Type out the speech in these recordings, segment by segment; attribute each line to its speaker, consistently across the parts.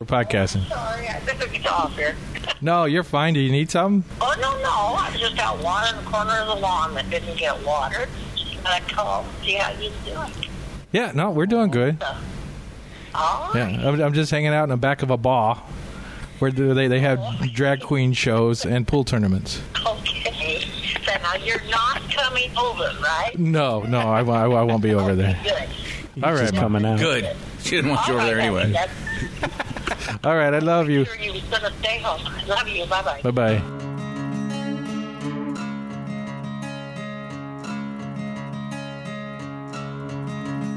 Speaker 1: We're podcasting.
Speaker 2: Sorry, I just took you off here.
Speaker 1: No, you're fine. Do you need something?
Speaker 2: Oh, no, no. I was just out watering the corner of the lawn that didn't get watered. And I called see how you doing.
Speaker 1: Yeah, no, we're doing good.
Speaker 2: So, all
Speaker 1: Yeah,
Speaker 2: right.
Speaker 1: I'm, I'm just hanging out in the back of a bar where do they, they have drag queen shows and pool tournaments.
Speaker 2: Okay. So now you're not coming over, right?
Speaker 1: No, no, I, wo- I, wo- I won't be over there.
Speaker 2: Good.
Speaker 1: All right,
Speaker 3: She's
Speaker 1: Mom.
Speaker 3: coming out.
Speaker 4: Good. She didn't want you over
Speaker 2: All
Speaker 4: there
Speaker 2: right,
Speaker 4: anyway.
Speaker 2: That's
Speaker 1: All right, I love you.
Speaker 2: sure you was going to stay home. I love you. Bye-bye.
Speaker 1: Bye bye.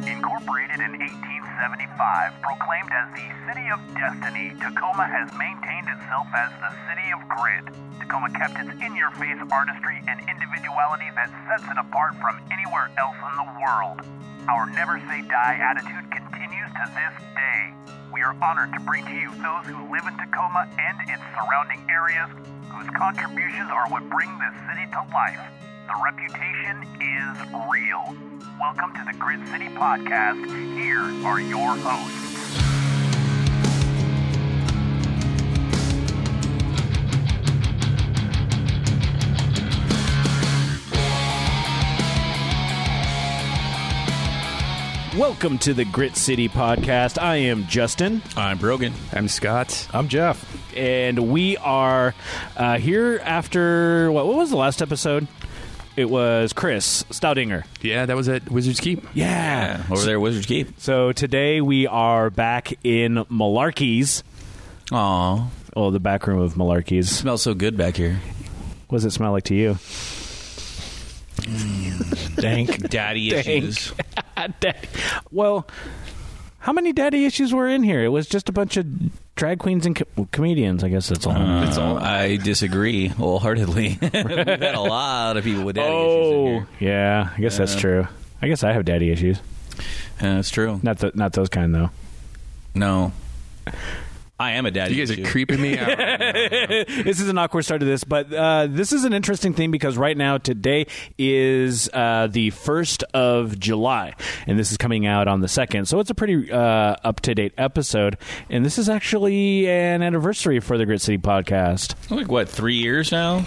Speaker 5: Incorporated in 1875, proclaimed as the City of Destiny, Tacoma has maintained itself as the City of Grit. Tacoma kept its in your face artistry and individuality that sets it apart from anywhere else in the world. Our never say die attitude continues to this day. We are honored to bring to you those who live in Tacoma and its surrounding areas, whose contributions are what bring this city to life. The reputation is real. Welcome to the Grid City Podcast. Here are your hosts.
Speaker 3: Welcome to the Grit City Podcast. I am Justin,
Speaker 4: I'm Brogan.
Speaker 6: I'm Scott.
Speaker 1: I'm Jeff.
Speaker 3: and we are uh, here after what, what was the last episode? It was Chris Stoudinger.
Speaker 6: Yeah, that was at Wizards Keep.
Speaker 3: Yeah.
Speaker 4: Over there, at Wizard's Keep.
Speaker 3: So today we are back in Malarkey's.
Speaker 4: Aw.
Speaker 3: Oh, the back room of Malarkey's.
Speaker 4: Smells so good back here.
Speaker 3: What does it smell like to you?
Speaker 1: Dank.
Speaker 4: Daddy
Speaker 3: Dank.
Speaker 4: issues.
Speaker 3: Uh, Well, how many daddy issues were in here? It was just a bunch of drag queens and co- well, comedians. I guess that's all.
Speaker 4: Uh, I disagree wholeheartedly. We've had a lot of people with daddy issues
Speaker 3: Oh, yeah. I guess that's true. I guess I have daddy issues.
Speaker 4: in here. Uh, it's true.
Speaker 3: Not th- not those kind though.
Speaker 4: No. I am a daddy
Speaker 6: You guys
Speaker 4: issue.
Speaker 6: are creeping me out.
Speaker 3: this is an awkward start to this, but uh, this is an interesting thing because right now today is uh, the first of July, and this is coming out on the second, so it's a pretty uh, up to date episode. And this is actually an anniversary for the Grit City podcast.
Speaker 4: Like, what, three years now?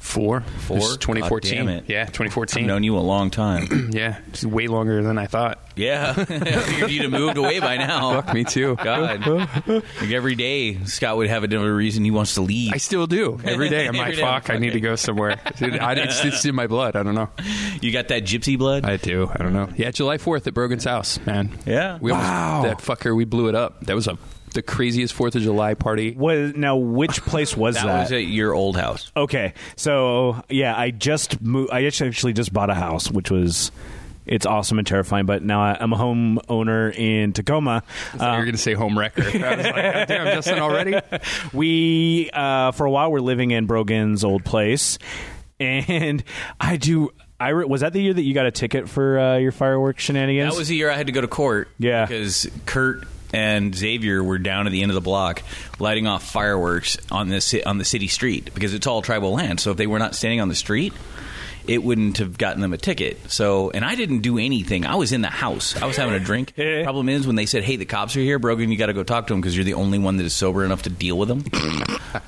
Speaker 6: Four. Four.
Speaker 4: God
Speaker 6: 2014.
Speaker 4: damn it.
Speaker 6: Yeah,
Speaker 4: I've
Speaker 6: 2014.
Speaker 4: known you a long time.
Speaker 6: yeah, it's way longer than I thought.
Speaker 4: yeah. I figured you'd have moved away by now.
Speaker 6: Fuck me too.
Speaker 4: God. like every day, Scott would have another reason he wants to leave.
Speaker 6: I still do every day. I'm
Speaker 4: Every
Speaker 6: like,
Speaker 4: day.
Speaker 6: fuck, I need to go somewhere. Dude, I, it's, it's in my blood. I don't know.
Speaker 4: you got that gypsy blood?
Speaker 6: I do. I don't know. Yeah, July 4th at Brogan's house, man.
Speaker 4: Yeah.
Speaker 6: We almost,
Speaker 3: Wow.
Speaker 6: That fucker, we blew it up. That was a the craziest 4th of July party.
Speaker 3: Was now which place was that?
Speaker 4: that was at your old house.
Speaker 3: Okay, so yeah, I just moved. I just actually just bought a house, which was it's awesome and terrifying. But now I, I'm a homeowner in Tacoma. Uh,
Speaker 6: You're going to say home wrecker. I was like, God damn, Justin already?
Speaker 3: we uh, for a while were living in Brogan's old place, and I do. I re- was that the year that you got a ticket for uh, your fireworks shenanigans.
Speaker 4: That was the year I had to go to court.
Speaker 3: Yeah.
Speaker 4: Because Kurt and Xavier were down at the end of the block lighting off fireworks on the, ci- on the city street because it's all tribal land. So if they were not standing on the street, it wouldn't have gotten them a ticket. So, and I didn't do anything. I was in the house. I was having a drink. Problem is, when they said, "Hey, the cops are here, Brogan, you got to go talk to them because you're the only one that is sober enough to deal with them."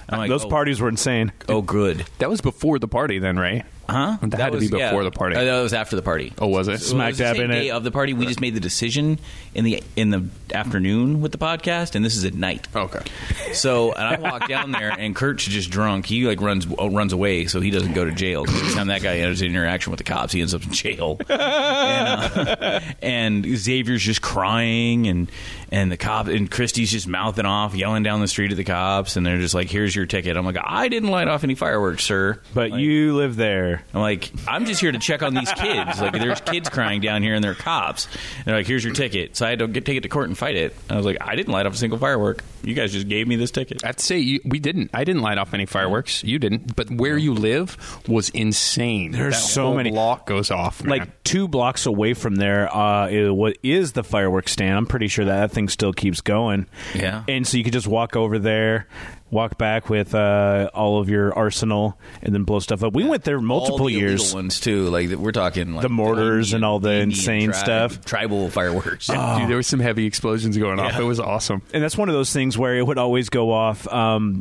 Speaker 4: I'm like,
Speaker 3: Those
Speaker 4: oh,
Speaker 3: parties were insane.
Speaker 4: Oh, good.
Speaker 6: That was before the party, then, right?
Speaker 4: Huh?
Speaker 6: That, had to be before the party.
Speaker 4: Uh, that was after the party.
Speaker 6: Oh, was it?
Speaker 4: Well, was the
Speaker 3: dab
Speaker 4: same
Speaker 3: in
Speaker 4: day
Speaker 3: it.
Speaker 4: of the party. We just made the decision in the in the afternoon with the podcast, and this is at night.
Speaker 6: Okay.
Speaker 4: So and I walk down there, and Kurt's just drunk. He like runs oh, runs away, so he doesn't go to jail. 'Cause Every time that guy enters an interaction with the cops, he ends up in jail. And, uh, and Xavier's just crying, and and the cop and Christie's just mouthing off, yelling down the street at the cops, and they're just like, "Here's your ticket." I'm like, "I didn't light off any fireworks, sir."
Speaker 3: But you live there.
Speaker 4: I'm like, I'm just here to check on these kids. Like, there's kids crying down here, and they're cops. And they're like, here's your ticket. So I had to get, take it to court and fight it. And I was like, I didn't light up a single firework. You guys just gave me this ticket.
Speaker 6: I have to say, you, we didn't. I didn't light off any fireworks. You didn't. But where you live was insane.
Speaker 3: There's
Speaker 6: That
Speaker 3: so
Speaker 6: whole
Speaker 3: many.
Speaker 6: Block goes off. man.
Speaker 3: Like two blocks away from there, uh, is what is the fireworks stand? I'm pretty sure that, that thing still keeps going.
Speaker 4: Yeah.
Speaker 3: and so you could just walk over there, walk back with uh, all of your arsenal and then blow stuff up. We went there multiple
Speaker 4: all the illegal
Speaker 3: years.
Speaker 4: ones too. Like we're talking like
Speaker 3: The mortars
Speaker 4: Indian-
Speaker 3: and all the
Speaker 4: Indian
Speaker 3: insane
Speaker 4: tribe-
Speaker 3: stuff. Uh,
Speaker 4: tribal fireworks.
Speaker 6: Dude, there were some heavy explosions going off. It was awesome.
Speaker 3: and that's one of those things where it would always go off um,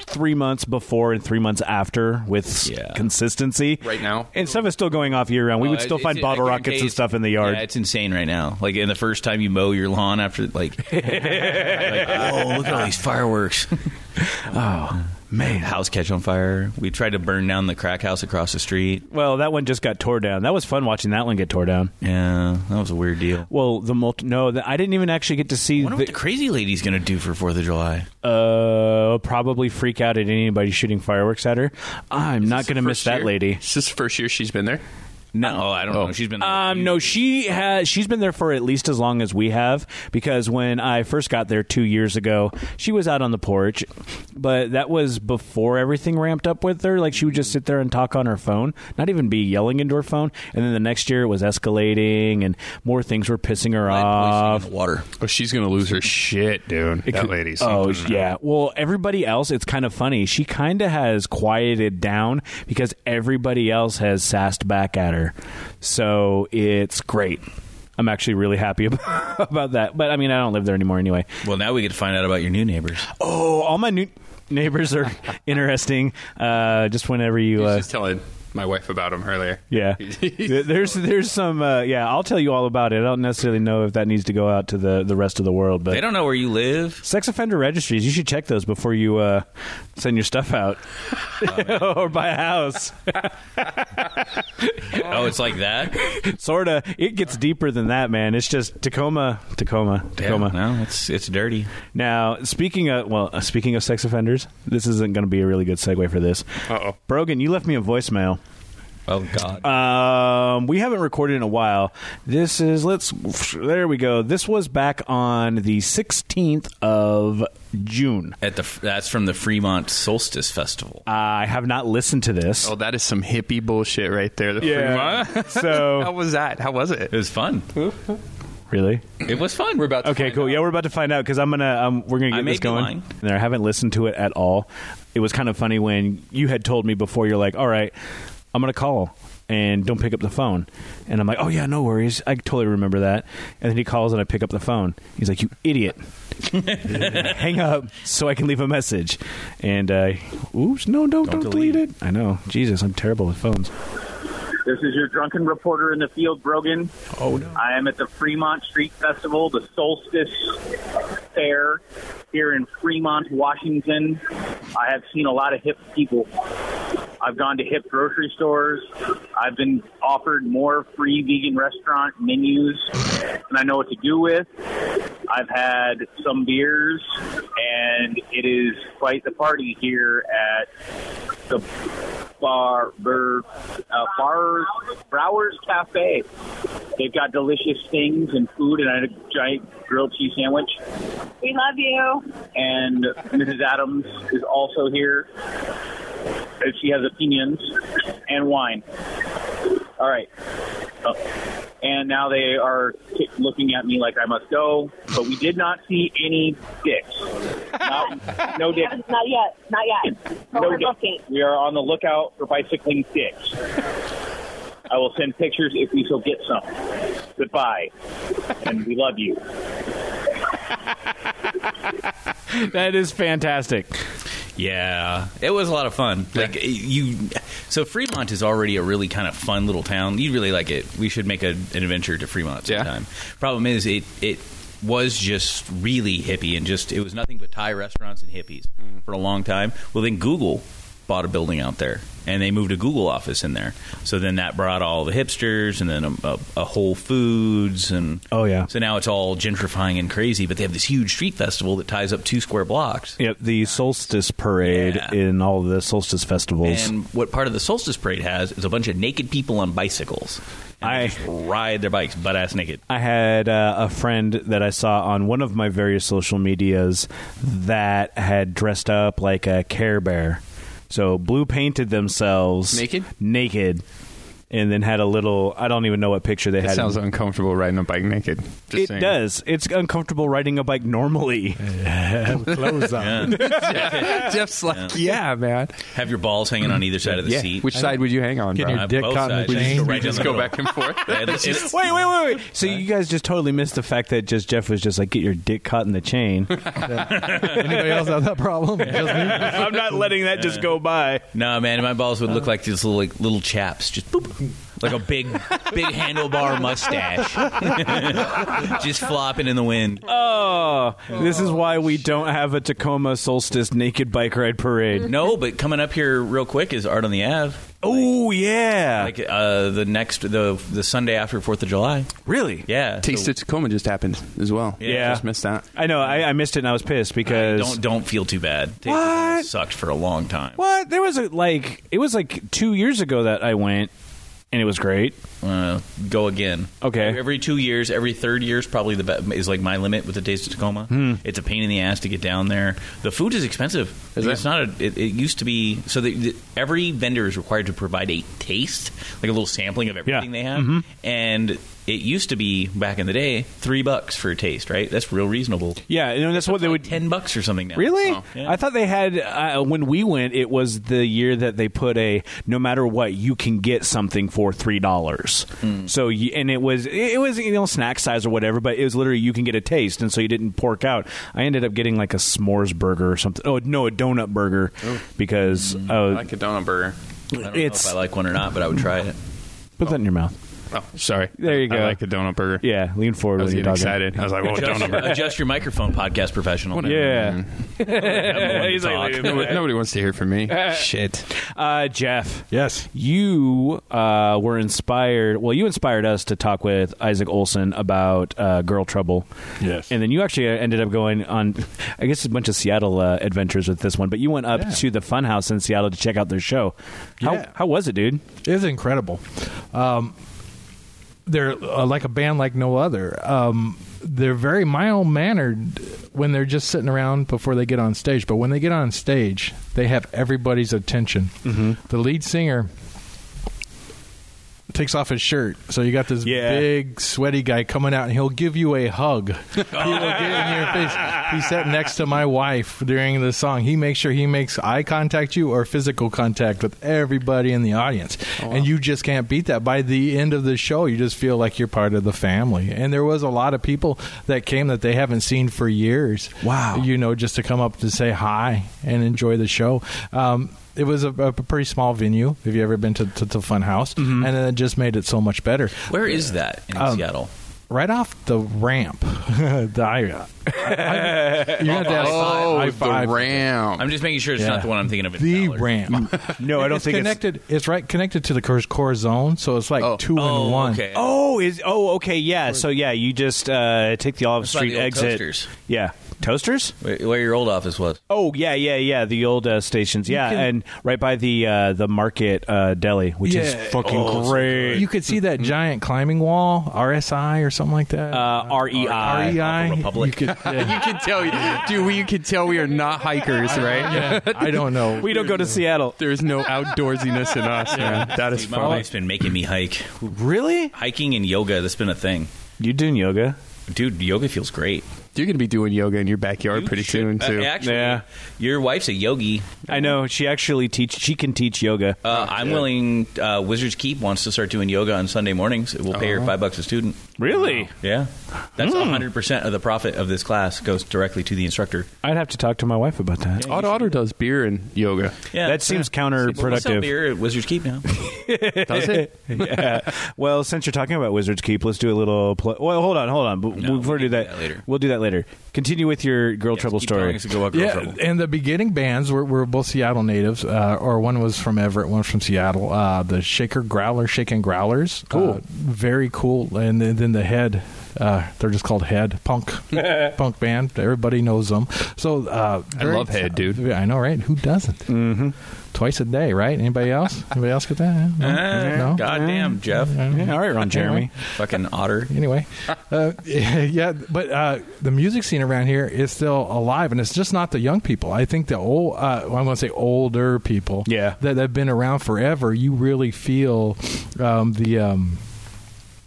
Speaker 3: three months before and three months after with s-
Speaker 4: Yeah.
Speaker 3: consistency.
Speaker 6: Right now?
Speaker 3: and stuff is still going off year round. we
Speaker 4: Oh,
Speaker 3: would still
Speaker 4: it's-
Speaker 3: find
Speaker 4: it's-
Speaker 3: bottle
Speaker 4: I
Speaker 3: rockets
Speaker 4: guarantee
Speaker 3: and stuff in the yard.
Speaker 4: Yeah, it's insane right now. Like in the first time you mow your lawn after like, like oh look at all these fireworks. oh
Speaker 3: Oh,
Speaker 4: man, house catch on fire. We tried to burn down the crack house across the street.
Speaker 3: well, that one just got tore down. That was fun watching that one get tore down.
Speaker 4: Yeah, that was a weird deal.
Speaker 3: Well, the multi- no, the, I didn't even actually get to see.
Speaker 4: I wonder what the
Speaker 3: The,
Speaker 4: crazy lady's gonna do for Fourth of July.
Speaker 3: uh, probably freak out at anybody shooting fireworks at her. I'm not going to miss that lady.
Speaker 6: Is this the first year she's been there?
Speaker 4: No, Oh, I don't know. She's been
Speaker 3: Um, no, she has. She's been there for at least as long as we have. Because when I first got there two years ago, she was out on the porch, but that was before everything ramped up with her. Like she would just sit there and talk on her phone, not even be yelling into her phone. And then the next year, it was escalating, and more things were pissing her off.
Speaker 4: poisoning in the water.
Speaker 6: Oh, she's gonna lose her shit, dude. that lady's.
Speaker 3: Oh yeah. Well, everybody else, it's kind of funny. She kind of has quieted down because everybody else has sassed back at her. So it's great. I'm actually really happy about, about that. But I mean, I don't live there anymore anyway.
Speaker 4: Well, now we get to find out about your new neighbors.
Speaker 3: Oh, all my new neighbors are interesting. Uh, just whenever you.
Speaker 6: I was
Speaker 3: Uh,
Speaker 6: just telling my wife about him earlier.
Speaker 3: yeah, there's there's some uh, yeah. I'll tell you all about it. I don't necessarily know if that needs to go out to the, the rest of the world,
Speaker 4: They
Speaker 3: but
Speaker 4: don't know where you live.
Speaker 3: Sex offender registries. You should check those before you uh, send your stuff out
Speaker 6: Oh,
Speaker 3: or buy a house.
Speaker 4: Oh, it's like that.
Speaker 3: Sorta. It gets deeper than that, man. It's just Tacoma, Tacoma, Tacoma.
Speaker 4: Yeah, no, it's it's dirty.
Speaker 3: Now, speaking of well, uh, speaking of sex offenders, this isn't going to be a really good segue for this.
Speaker 6: Uh-oh.
Speaker 3: Brogan, you left me a voicemail.
Speaker 4: Oh God.
Speaker 3: Um, we haven't recorded in a while. This is let's there we go. This was back on the 16th of June.
Speaker 4: At the that's from the Fremont Solstice Festival.
Speaker 3: I have not listened to this.
Speaker 6: Oh, that is some hippie bullshit right there. The Fremont.
Speaker 3: so-
Speaker 6: how was that? How was it?
Speaker 4: It was fun.
Speaker 3: Really?
Speaker 4: It was fun.
Speaker 6: We're about to
Speaker 3: Okay,
Speaker 6: find
Speaker 3: cool.
Speaker 6: out.
Speaker 3: Yeah, we're about to find out because I'm gonna um, we're gonna
Speaker 4: I
Speaker 3: get
Speaker 4: may
Speaker 3: this
Speaker 4: be
Speaker 3: going.
Speaker 4: lying.
Speaker 3: And I haven't listened to it at all. It was kind of funny when you had told me before. You're like, "All right, I'm gonna call." And don't pick up the phone. And I'm like, oh, yeah, no worries. I totally remember that. And then he calls and I pick up the phone. He's like, you idiot. Hang up so I can leave a message. And, uh, oops, no, don't, don't, delete,
Speaker 4: delete
Speaker 3: it. I know. Jesus, I'm terrible with phones.
Speaker 7: This is your drunken reporter in the field, Brogan. Oh, no. I am at the Fremont Street Festival, the Solstice Fair here in Fremont, Washington. I have seen a lot of hip people. I've gone to hip grocery stores. I've been offered more free vegan restaurant menus and I know what to do with. I've had some beers, and it is quite the party here at the Bar, Ber, uh, Bar Browers Cafe. They've got delicious things and food, and I had a giant grilled cheese sandwich.
Speaker 8: We love you.
Speaker 7: And Mrs. Adams is also here. And She has opinions and wine. All right. Oh. And now they are ki- looking at me like I must go, but we did not see any dicks. Not, no dicks.
Speaker 8: Not yet. Not yet. But
Speaker 7: No
Speaker 8: we're
Speaker 7: dicks.
Speaker 8: looking.
Speaker 7: We are on the lookout for bicycling dicks. I will send pictures if we shall get some. Goodbye. And we love you.
Speaker 3: That is fantastic.
Speaker 4: Yeah, it was a lot of fun. Like you, so Fremont is already a really kind of fun little town. You really like it. We should make a, an adventure to Fremont
Speaker 6: Yeah.
Speaker 4: sometime. Problem is, it it was just really hippie and just it was nothing but Thai restaurants and hippies for a long time. Well, then Google bought a building out there and they moved a Google office in there. So then that brought all the hipsters and then a, a, a Whole Foods and
Speaker 3: Oh, yeah.
Speaker 4: So now it's all gentrifying and crazy, but they have this huge street festival that ties up two square blocks.
Speaker 3: Yep, the solstice parade
Speaker 4: Yeah.
Speaker 3: in all the solstice festivals.
Speaker 4: And what part of the solstice parade has is a bunch of naked people on bicycles. And they
Speaker 3: I-
Speaker 4: just ride their bikes butt ass naked.
Speaker 3: I had uh, a friend that I saw on one of my various social medias that had dressed up like a Care Bear. So blue painted themselves
Speaker 6: Naked?
Speaker 3: naked, and then had a little. I don't even know what picture they
Speaker 6: It
Speaker 3: had.
Speaker 6: sounds uncomfortable riding a bike naked. Just
Speaker 3: it
Speaker 6: saying.
Speaker 3: does. It's uncomfortable riding a bike normally.
Speaker 1: Clothes on.
Speaker 6: Jeff's like, yeah, man.
Speaker 4: Have your balls hanging on either side of the
Speaker 6: yeah.
Speaker 4: seat.
Speaker 6: Which side would you hang on,
Speaker 1: Get
Speaker 6: bro?
Speaker 1: your
Speaker 4: Uh,
Speaker 1: dick
Speaker 4: both
Speaker 1: caught in
Speaker 4: sides.
Speaker 1: the
Speaker 4: We
Speaker 1: chain.
Speaker 4: just go
Speaker 1: You
Speaker 4: right down
Speaker 6: Just
Speaker 4: the
Speaker 6: go
Speaker 4: middle.
Speaker 6: back and forth.
Speaker 4: Yeah, this is-
Speaker 3: Wait, wait, wait, wait. So you guys just totally missed the fact that just Jeff was just like, get your dick caught in the chain.
Speaker 1: Anybody else have that problem? Just me?
Speaker 3: I'm not letting that just go by.
Speaker 4: No, man, my balls would look like these little like, little chaps, just boop, like a big big handlebar mustache, just flopping in the wind.
Speaker 3: Oh, this is why we don't have a Tacoma Solstice Naked Bike Ride Parade.
Speaker 4: No, but coming up here real quick is Art on the Ave,
Speaker 3: Oh yeah,
Speaker 4: like uh, the next the the Sunday after Fourth of July.
Speaker 3: really?
Speaker 4: Yeah,
Speaker 6: Taste
Speaker 4: so-
Speaker 6: of Tacoma just happened as well.
Speaker 4: Yeah.
Speaker 6: Just missed that.
Speaker 3: I know. I, I missed it and I was pissed because
Speaker 4: Don't don't feel too bad. Taste of
Speaker 3: What?
Speaker 4: It sucked for a long time.
Speaker 3: what there was a like it was like two years ago that I went and it was great.
Speaker 4: Uh, go again.
Speaker 3: Okay.
Speaker 4: Every two years, every third year is probably the be- is like my limit with the Taste of Tacoma.
Speaker 3: Hmm.
Speaker 4: It's a pain in the ass to get down there. The food is expensive.
Speaker 6: Is it?
Speaker 4: it's not. A, it, it used to be so that that every vendor is required to provide a taste, like a little sampling of everything they have,
Speaker 3: Mm-hmm.
Speaker 4: and it used to be back in the day three bucks for a taste. Right? That's real reasonable.
Speaker 3: Yeah, and that's what they would.
Speaker 4: Ten bucks or something now. Oh,
Speaker 3: Really?
Speaker 4: Yeah.
Speaker 3: I thought they had uh, when we went. It was the year that they put a no matter what you can get something for three dollars.
Speaker 4: Hmm.
Speaker 3: So you, and it was it was you know snack size or whatever, but it was literally you can get a taste, and so you didn't pork out. I ended up getting like a s'mores burger or something. Oh no, a donut burger
Speaker 4: Oh.
Speaker 3: because
Speaker 4: Mm-hmm.
Speaker 3: uh,
Speaker 6: like a donut burger.
Speaker 4: I don't
Speaker 3: it's-
Speaker 4: know if I like one or not, but I would try it.
Speaker 3: put that in your mouth.
Speaker 6: Oh, sorry.
Speaker 3: There you go.
Speaker 6: I like a donut burger.
Speaker 3: Yeah, lean forward
Speaker 6: I was
Speaker 3: when you're
Speaker 6: getting
Speaker 3: talking.
Speaker 6: excited. I was like, "Whoa, donut burger!"
Speaker 4: Adjust your microphone, podcast professional.
Speaker 3: Yeah.
Speaker 4: He's like, "Wait a
Speaker 6: Mm-hmm. Nobody, nobody wants to hear from me.
Speaker 1: Shit.
Speaker 3: Uh, Jeff,
Speaker 1: Yes.
Speaker 3: you uh, were inspired. Well, you inspired us to talk with Isaac Olson about uh, Girl Trouble.
Speaker 9: Yes.
Speaker 3: And then you actually uh, ended up going on, I guess, a bunch of Seattle uh, adventures with this one. But you went up to the Funhouse in Seattle to check out their show. How,
Speaker 1: Yeah.
Speaker 3: how was it, dude?
Speaker 1: It's incredible. Um, they're uh, like a band like no other. Um, they're very mild mannered when they're just sitting around before they get on stage, but when they get on stage, they have everybody's attention. The lead singer takes off his shirt, so you got this
Speaker 3: Yeah.
Speaker 1: big sweaty guy coming out, and he'll give you a hug. he will get in your face. He sat next to my wife during the song. He makes sure he makes eye contact you or physical contact with everybody in the audience, and you just can't beat that. By the end of the show, you just feel like you're part of the family. And there was a lot of people that came that they haven't seen for years.
Speaker 3: Wow.
Speaker 1: you know, just to come up to say hi and enjoy the show. Um, it was a, a pretty small venue. Have you ever been to to, to Funhouse? And then it just made it so much better.
Speaker 4: Where is that in
Speaker 1: Um,
Speaker 4: Seattle?
Speaker 1: Right off the ramp, the I, I, you have to ask-
Speaker 6: Oh,
Speaker 1: I-
Speaker 6: the
Speaker 1: I-
Speaker 6: ram.
Speaker 4: I'm just making sure it's
Speaker 1: Yeah.
Speaker 4: not the one I'm thinking of. in
Speaker 1: the
Speaker 4: Ballard.
Speaker 1: ramp.
Speaker 6: Mm.
Speaker 3: No, I don't
Speaker 1: it's
Speaker 3: think
Speaker 1: connected. It's, right connected to the core, core zone, so it's like
Speaker 6: Oh.
Speaker 1: two
Speaker 4: Oh,
Speaker 1: in one.
Speaker 4: okay.
Speaker 3: it's. Oh, is oh okay yeah. So yeah, you just uh, take the off
Speaker 4: That's by
Speaker 3: street
Speaker 4: the old
Speaker 3: exit.
Speaker 4: toasters.
Speaker 3: Yeah, toasters.
Speaker 4: Where, where your old office was.
Speaker 3: Oh yeah, yeah, yeah. The old uh, stations, yeah, and right by the uh, the market uh, deli, which is
Speaker 1: Yeah. Oh,
Speaker 3: fucking Oh, great.
Speaker 1: You could see that
Speaker 6: Mm-hmm.
Speaker 1: giant climbing wall, RSI or something like that.
Speaker 3: uh,
Speaker 1: E
Speaker 3: REI.
Speaker 1: REI.
Speaker 4: E Republic.
Speaker 1: You could,
Speaker 6: you
Speaker 1: yeah,
Speaker 6: can tell, dude. You can tell we are not hikers, right?
Speaker 1: yeah, I don't know.
Speaker 3: We don't go to Seattle.
Speaker 6: There's no outdoorsiness in us, man. That is
Speaker 4: My
Speaker 6: funny.
Speaker 4: wife's been making me hike.
Speaker 3: Really?
Speaker 4: Hiking and yoga, that's been a thing.
Speaker 3: You doing yoga?
Speaker 4: Dude, yoga feels great.
Speaker 6: You're gonna be doing yoga in your backyard
Speaker 4: You
Speaker 6: pretty
Speaker 4: should-
Speaker 6: soon
Speaker 4: uh,
Speaker 6: too.
Speaker 4: actually,
Speaker 3: Yeah.
Speaker 4: your wife's a yogi.
Speaker 3: I know she actually teach. She can teach yoga.
Speaker 4: Uh, I'm willing. Uh, Wizards Keep wants to start doing yoga on Sunday mornings. We'll pay her five bucks a student.
Speaker 3: Really?
Speaker 4: Yeah, that's 100 percent of the profit of this class goes directly to the instructor.
Speaker 3: I'd have to talk to my wife about that.
Speaker 6: Odd Otter does beer and yoga.
Speaker 4: Yeah,
Speaker 3: that uh, seems
Speaker 4: Well, we sell
Speaker 3: counterproductive.
Speaker 4: beer at Wizards Keep now.
Speaker 6: Does it?
Speaker 3: yeah. Well, since you're talking about Wizards Keep, let's do a little. Pl- well, hold on, hold on. But
Speaker 4: No,
Speaker 3: we'll,
Speaker 4: we
Speaker 3: do
Speaker 4: can
Speaker 3: that
Speaker 4: later.
Speaker 3: We'll do that later. Continue with your girl trouble
Speaker 4: Keep
Speaker 3: story.
Speaker 4: telling us to go walk
Speaker 1: yeah,
Speaker 4: around trouble.
Speaker 1: and the beginning bands were, were both Seattle natives, uh, or one was from Everett, one was from Seattle. Uh, the Shaker Growler, Shaken Growlers, cool, very cool. And then, then the head Uh, they're just called Head punk punk band. Everybody knows them. So uh, very-
Speaker 6: love Head, dude.
Speaker 1: Yeah, I know, right? Who doesn't? Mm-hmm. Twice a day, right? Anybody else? Anybody else get that?
Speaker 3: Uh,
Speaker 1: No. No?
Speaker 10: Goddamn, Jeff.
Speaker 3: Yeah, all right, Ron Jeremy.
Speaker 10: Fucking otter.
Speaker 1: anyway, uh, yeah, but uh, the music scene around here is still alive, and it's just not the young people. I think the old, uh, well, I'm going to say older people,
Speaker 3: Yeah.
Speaker 1: that have been around forever. You really feel um, the. Um,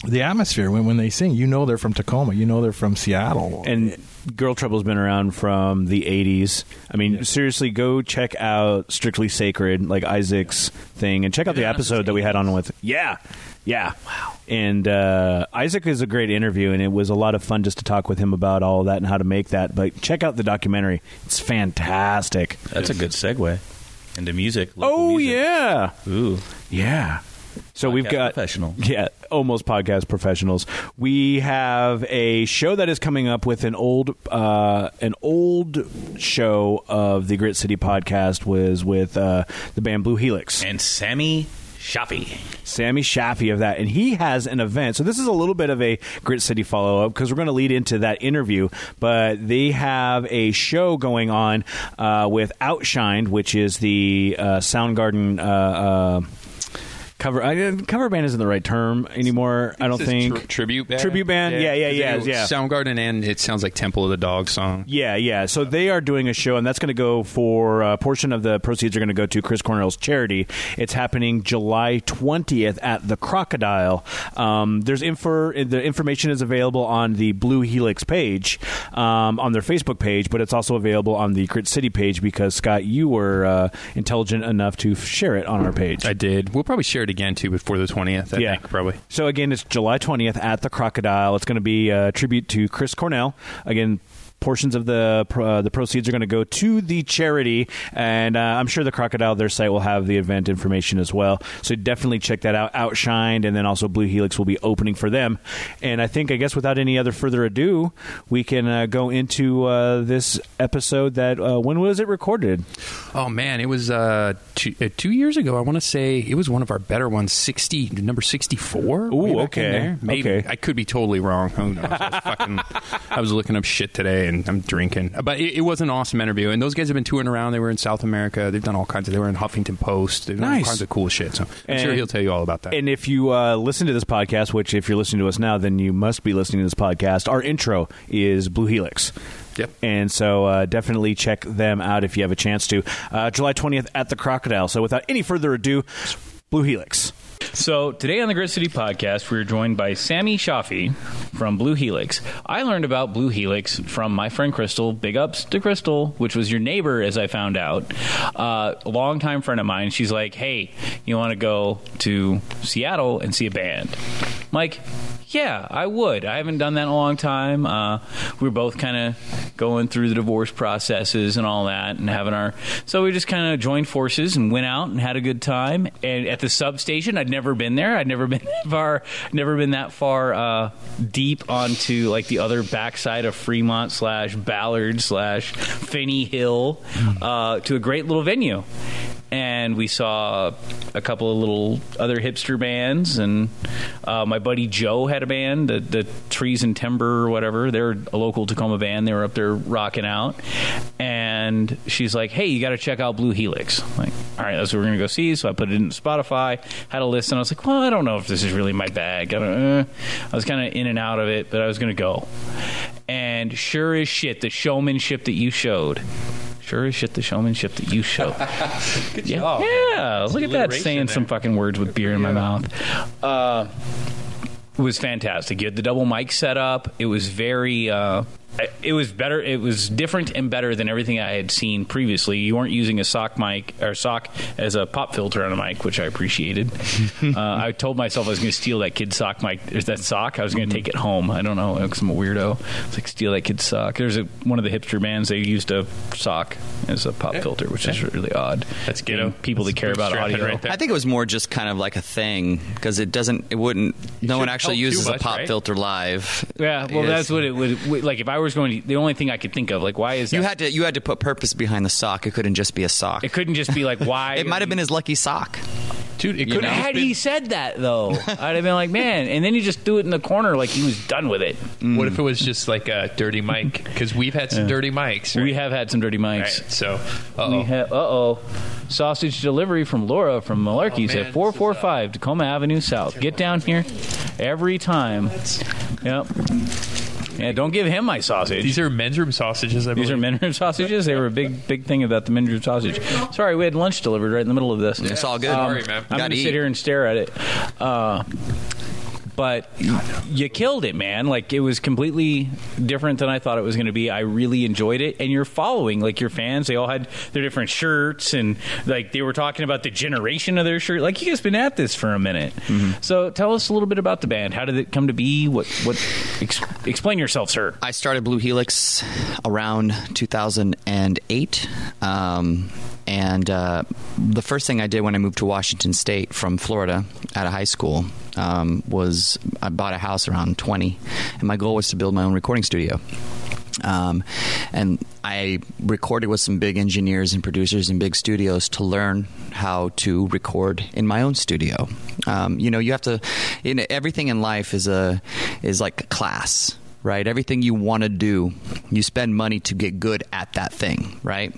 Speaker 1: the atmosphere when, when they sing, you know they're from Tacoma, you know they're from Seattle.
Speaker 3: And Girl Trouble's been around from the 80s. I mean, seriously, go check out Strictly Sacred, like Isaac's thing, and check out the episode that we had on with. Yeah. Yeah. Wow. And uh, Isaac is a great interview, and it was a lot of fun just to talk with him about all that and how to make that. But check out the documentary, it's fantastic.
Speaker 10: That's a good segue into music. local
Speaker 3: Oh,
Speaker 10: music.
Speaker 3: yeah.
Speaker 10: Ooh.
Speaker 3: Yeah. So we've
Speaker 10: Podcast
Speaker 3: got
Speaker 10: professional.
Speaker 3: Yeah, almost podcast professionals. We have a show that is coming up with an old uh, an old show of the Grit City podcast was with uh, the band Blue Helix.
Speaker 10: And Sammy Shoppy.
Speaker 3: Sammy Shaffy of that, and he has an event. So this is a little bit of a Grit City follow up because we're going to lead into that interview. But they have a show going on uh, with Outshined, which is the uh, Soundgarden. Uh, uh, Cover I, cover band isn't the right term anymore. I don't
Speaker 6: This is
Speaker 3: think
Speaker 6: tri- tribute band.
Speaker 3: Tribute band. Yeah, yeah, yeah,
Speaker 6: They do
Speaker 3: yeah.
Speaker 6: Soundgarden and it sounds like Temple of the Dog song.
Speaker 3: Yeah, yeah. So they are doing a show, and that's going to go for a portion of the proceeds are going to go to Chris Cornell's charity. It's happening July 20th at the Crocodile. Um, there's info. The information is available on the Blue Helix page, um, on their Facebook page, but it's also available on the Crit City page because Scott, you were uh, intelligent enough to share it on our page.
Speaker 6: I did. We'll probably share it again too before the twentieth. I think probably.
Speaker 3: So again, it's July 20th at the Crocodile. It's going to be a tribute to Chris Cornell. Again. Portions of the uh, the proceeds are going to go to the charity, and uh, I'm sure the Crocodile their site will have the event information as well. So definitely check that out. Outshined, and then also Blue Helix will be opening for them. And I think, I guess, without any other further ado, we can uh, go into uh, this episode. That uh, when was it recorded?
Speaker 6: Oh man, it was uh two, uh, two years ago. I want to say it was one of our better ones. Sixty, number sixty-four.
Speaker 3: Ooh,
Speaker 6: Way back in
Speaker 3: okay.
Speaker 6: there. Maybe
Speaker 3: Okay.
Speaker 6: I could be totally wrong. Who knows? I was, fucking, I was looking up shit today, and I'm drinking. But it, it was an awesome interview, and those guys have been touring around. They were in South America. They've done all kinds of. They were in Huffington Post. They've done
Speaker 3: Nice.
Speaker 6: all kinds of cool shit. So I'm sure
Speaker 3: And-
Speaker 6: he'll tell you all about that.
Speaker 3: And if you uh, listen to this podcast, which if you're listening to us now, then you must be listening to this podcast. Our intro is Blue Helix.
Speaker 6: Yep.
Speaker 3: And so uh, definitely check them out if you have a chance to. Uh, July 20th at the Crocodile. So without any further ado, Blue Helix.
Speaker 4: So today on the Grid City podcast, we are joined by Sammy Shafi from Blue Helix. I learned about Blue Helix from my friend Crystal. Big ups to Crystal, which was your neighbor, as I found out. Uh, a longtime friend of mine. She's like, "Hey, you want to go to Seattle and see a band?" I'm like, yeah, I would. I haven't done that in a long time. Uh, we were both kind of going through the divorce processes and all that, and having our. So we just kind of joined forces and went out and had a good time. And at the substation, I'd never been there. I'd never been that far, never been that far uh, deep onto like the other backside of Fremont slash Ballard slash Finney Hill uh, to a great little venue. And we saw a couple of little other hipster bands, and uh, my buddy Joe had a band, the, the Trees and Timber or whatever. They're a local Tacoma band. They were up there rocking out, and she's like, "Hey, you got to check out Blue Helix." I'm like, all right, that's what we're gonna go see. So I put it in Spotify, had a list, and I was like, "Well, I don't know if this is really my bag." I, don't, uh. I was kind of in and out of it, but I was gonna go. And sure as shit, the showmanship that you showed. Sure as shit, the showmanship that you showed. Good yeah,
Speaker 6: job.
Speaker 4: Yeah, look at that,
Speaker 6: alliteration
Speaker 4: saying some fucking words with beer in my mouth. Uh, it was fantastic. You had the double mic set up. It was very. Uh, it was better. It was different and better than everything I had seen previously. You weren't using a sock mic or sock as a pop filter on a mic, which I appreciated. uh, I told myself I was going to steal that kid's sock mic. Is that sock? I was going to take it home. I don't know because I'm a weirdo. It's like steal that kid's sock. There's a, one of the hipster bands they used a sock as a pop filter, which is really odd.
Speaker 6: That's
Speaker 4: Being
Speaker 6: ghetto.
Speaker 4: People
Speaker 6: That's
Speaker 4: that care about
Speaker 6: bootstrapping
Speaker 4: audio.
Speaker 6: right there.
Speaker 11: I think it was more just kind of like a thing because it doesn't, it wouldn't, no one
Speaker 6: shouldn't
Speaker 11: actually
Speaker 6: help too
Speaker 11: uses
Speaker 6: much,
Speaker 11: a pop
Speaker 6: right?
Speaker 11: filter live.
Speaker 4: Yeah, well,
Speaker 11: Yes.
Speaker 4: that's what it would would- like. If I was going, to, the only thing I could think of, like, why is that?
Speaker 11: You had to, you had to put purpose behind the sock. It couldn't just be a sock.
Speaker 4: It couldn't just be like why.
Speaker 11: It might have been his lucky sock.
Speaker 6: Dude, it
Speaker 11: You
Speaker 6: could
Speaker 11: know?
Speaker 6: have
Speaker 4: Had
Speaker 6: been-
Speaker 4: he said that though, I'd have been like, man. And then he just threw it in the corner like he was done with it.
Speaker 6: What if it was just like a dirty mic? Because we've had some dirty mics.
Speaker 4: We
Speaker 6: right?
Speaker 4: have had some dirty mics.
Speaker 6: Right, so,
Speaker 4: We
Speaker 6: uh-oh.
Speaker 4: have uh oh, sausage delivery from Laura from Malarkey's
Speaker 6: Oh, man,
Speaker 4: at four four five Tacoma Avenue South. Get down here every time. Yep. Yeah, don't give him my sausage.
Speaker 6: these are men's room sausages. I believe.
Speaker 4: These are men rib sausages. They were a big, big thing about the men rib sausage. Sorry, we had lunch delivered right in the middle of this.
Speaker 11: It's all good.
Speaker 4: Um,
Speaker 6: Sorry, man.
Speaker 4: I'm
Speaker 11: Gotta
Speaker 4: gonna
Speaker 11: eat.
Speaker 4: sit here and stare at it. Uh, but you killed it, man. Like it was completely different than I thought it was going to be. I really enjoyed it, and you're following like your fans. They all had their different shirts, and like they were talking about the generation of their shirt. Like you guys been at this for a minute.
Speaker 11: Mm-hmm.
Speaker 4: So tell us a little bit about the band. How did it come to be? What what? Ex- explain yourself, sir.
Speaker 11: I started Blue Helix around 2008. Um, and uh, the first thing I did when I moved to Washington State from Florida out of high school um, was I bought a house around 20. And my goal was to build my own recording studio. Um, and I recorded with some big engineers and producers in big studios to learn how to record in my own studio. Um, you know, you have to. You know, everything in life is a is like a class, right? Everything you want to do, you spend money to get good at that thing, right?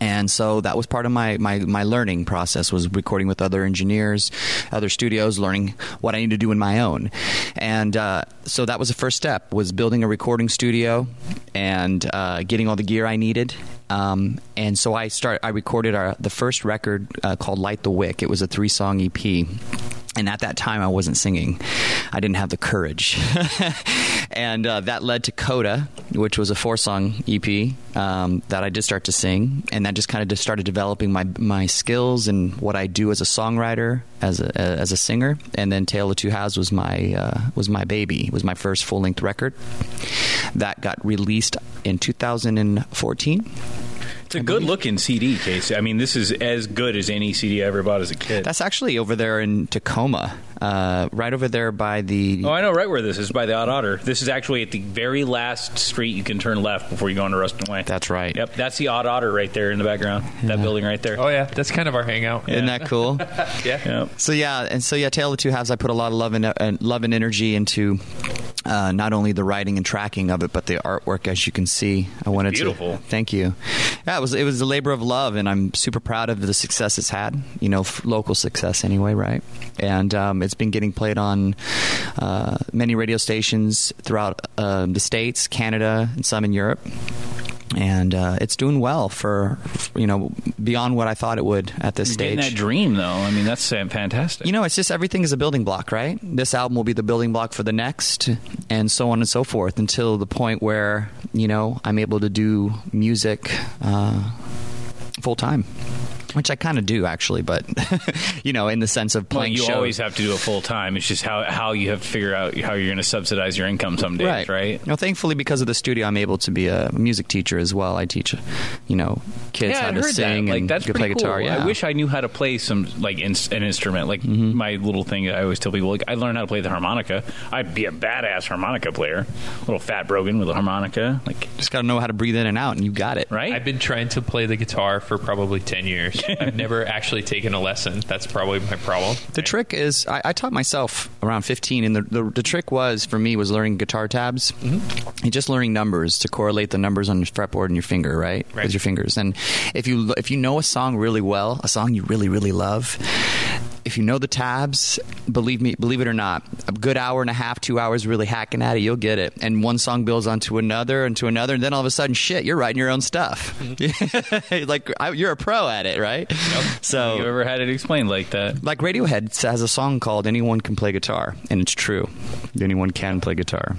Speaker 11: and so that was part of my, my, my learning process was recording with other engineers other studios learning what i need to do in my own and uh, so that was the first step was building a recording studio and uh, getting all the gear i needed um, and so i start i recorded our, the first record uh, called light the wick it was a three song E ep and at that time, I wasn't singing. I didn't have the courage. and uh, that led to Coda, which was a four song EP um, that I did start to sing. And that just kind of just started developing my, my skills and what I do as a songwriter, as a, as a singer. And then Tale of Two Halves was my, uh, was my baby, It was my first full length record. That got released in 2014.
Speaker 4: It's a good looking CD, Casey. I mean, this is as good as any CD I ever bought as a kid.
Speaker 11: That's actually over there in Tacoma, uh, right over there by the.
Speaker 4: oh, I know right where this is by the Odd Otter. This is actually at the very last street you can turn left before you go into Ruston Way.
Speaker 11: That's right.
Speaker 4: Yep, that's the Odd Otter right there in the background. That building right there.
Speaker 6: Oh yeah, that's kind of our hangout.
Speaker 11: Isn't that cool?
Speaker 4: Yep.
Speaker 11: So yeah, and so yeah, Tale of the Two Halves. I put a lot of love and, uh, and love and energy into uh, not only the writing and tracking of it, but the artwork. As you can see, I wanted
Speaker 4: beautiful.
Speaker 11: to thank you. Yeah, it was it was a labor of love, and I'm super proud of the success it's had. You know, f- local success anyway, right? And um, it's been getting played on uh, many radio stations throughout uh, the states, Canada, and some in Europe. And uh, it's doing well for, for, you know, beyond what I thought it would at this
Speaker 4: Getting
Speaker 11: stage.
Speaker 4: that dream, though. I mean, that's uh, fantastic.
Speaker 11: You know, it's just everything is a building block, right? This album will be the building block for the next, and so on and so forth, until the point where you know I'm able to do music uh, full time, which I kind of do actually, but you know, in the sense of
Speaker 4: Well,
Speaker 11: playing
Speaker 4: you
Speaker 11: shows.
Speaker 4: always have to do it full time. It's just how, how you have to figure out how you're going to subsidize your income some days, right?
Speaker 11: Now, thankfully, because of the studio, I'm able to be a music teacher as well. I teach, you know, kids
Speaker 4: yeah,
Speaker 11: how
Speaker 4: I
Speaker 11: to
Speaker 4: heard
Speaker 11: sing
Speaker 4: that. Like
Speaker 11: and
Speaker 4: that's
Speaker 11: play
Speaker 4: pretty cool.
Speaker 11: guitar. Yeah, Mm-hmm.
Speaker 4: I wish I knew how to play some like ins- an instrument. Like my little thing that I always tell people, like I learned how to play the harmonica. I'd be a badass harmonica player. Little fat Brogan with a harmonica, like
Speaker 11: just got to know how to breathe in and out, and you got it.
Speaker 4: right?
Speaker 6: I've been trying to play the guitar for probably ten years. I've never actually taken a lesson. That's probably my problem.
Speaker 11: The trick is, I, I taught myself around 15, and the, the, the trick was for me was learning guitar tabs and just learning numbers to correlate the numbers on your fretboard and your finger, right?
Speaker 6: Right.
Speaker 11: With your fingers. And if you if you know a song really well, a song you really really love. If you know the tabs, believe me, believe it or not, a good hour and a half, two hours really hacking at it, you'll get it. And one song builds onto another, and to another, and then all of a sudden, shit, you're writing your own stuff. like I, you're a pro at it, right? So
Speaker 4: you ever had it explained like that?
Speaker 11: like Radiohead has a song called "Anyone Can Play Guitar," and it's true. Anyone can play guitar.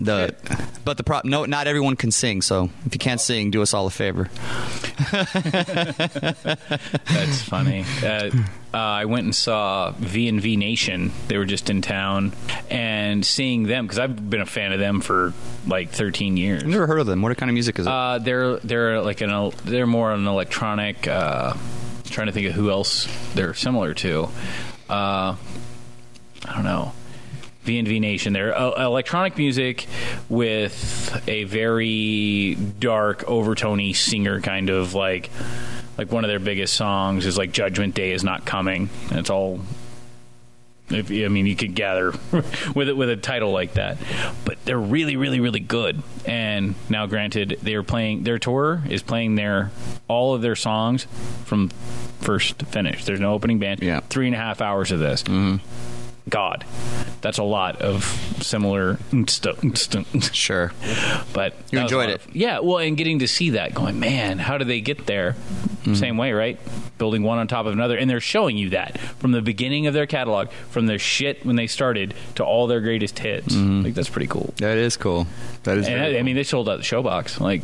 Speaker 11: The but the prop no, not everyone can sing. So if you can't sing, do us all a favor.
Speaker 4: That's funny. Uh, uh, I went and saw V and V Nation. They were just in town, and seeing them because I've been a fan of them for like 13 years.
Speaker 11: I've never heard of them. What kind of music is it?
Speaker 4: Uh, they're they're like an el- they're more an electronic. Uh, trying to think of who else they're similar to. Uh, I don't know. V and V Nation. They're uh, electronic music with a very dark overtony singer kind of like like one of their biggest songs is like Judgment Day is not coming, and it's all. If, I mean, you could gather with it with a title like that, but they're really, really, really good. And now, granted, they're playing their tour is playing their all of their songs from first to finish. There's no opening band.
Speaker 11: Yeah.
Speaker 4: three and a half hours of this. God, that's a lot of similar.
Speaker 11: Sure.
Speaker 4: But that
Speaker 11: You
Speaker 4: was a lot
Speaker 11: enjoyed it.
Speaker 4: of- yeah. Well, and getting to see that, going, man, how do they get there?
Speaker 11: Mm-hmm.
Speaker 4: Same way, right? Building one on top of another, and they're showing you that from the beginning of their catalog, from their shit when they started to all their greatest hits.
Speaker 11: Mm-hmm.
Speaker 4: Like that's pretty cool.
Speaker 11: That is cool. That is.
Speaker 4: And
Speaker 11: very
Speaker 4: I, I mean, they sold out the showbox. Like.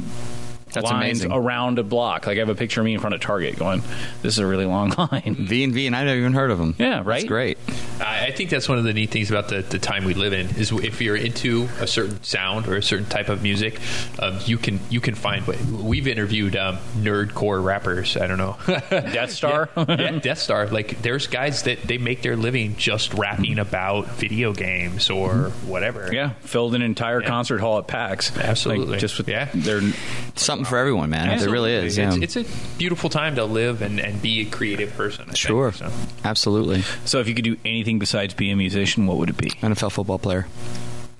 Speaker 11: That's
Speaker 4: lines
Speaker 11: amazing.
Speaker 4: around a block. Like I have a picture of me in front of Target going, "This is a really long line."
Speaker 11: V and V, and I never even heard of them.
Speaker 4: Yeah, right?
Speaker 11: That's great.
Speaker 5: I, I think that's one of the neat things about the, the time we live in is if you're into a certain sound or a certain type of music, um, you can you can find. wa- We've interviewed um, nerdcore rappers. I don't know, Death
Speaker 4: Star?
Speaker 5: yeah, yeah, Death Star. Like there's guys that they make their living just rapping about video games or whatever.
Speaker 4: Yeah, filled an entire concert hall at PAX.
Speaker 5: Absolutely.
Speaker 4: Like, just with
Speaker 5: Yeah.
Speaker 4: their
Speaker 11: Something for everyone, man. There really is. Yeah.
Speaker 5: It's, it's a beautiful time to live and, and be a creative person. I think,
Speaker 11: sure.
Speaker 5: so.
Speaker 11: Absolutely.
Speaker 4: So if you could do anything besides be a musician, what would it be?
Speaker 11: NFL football player.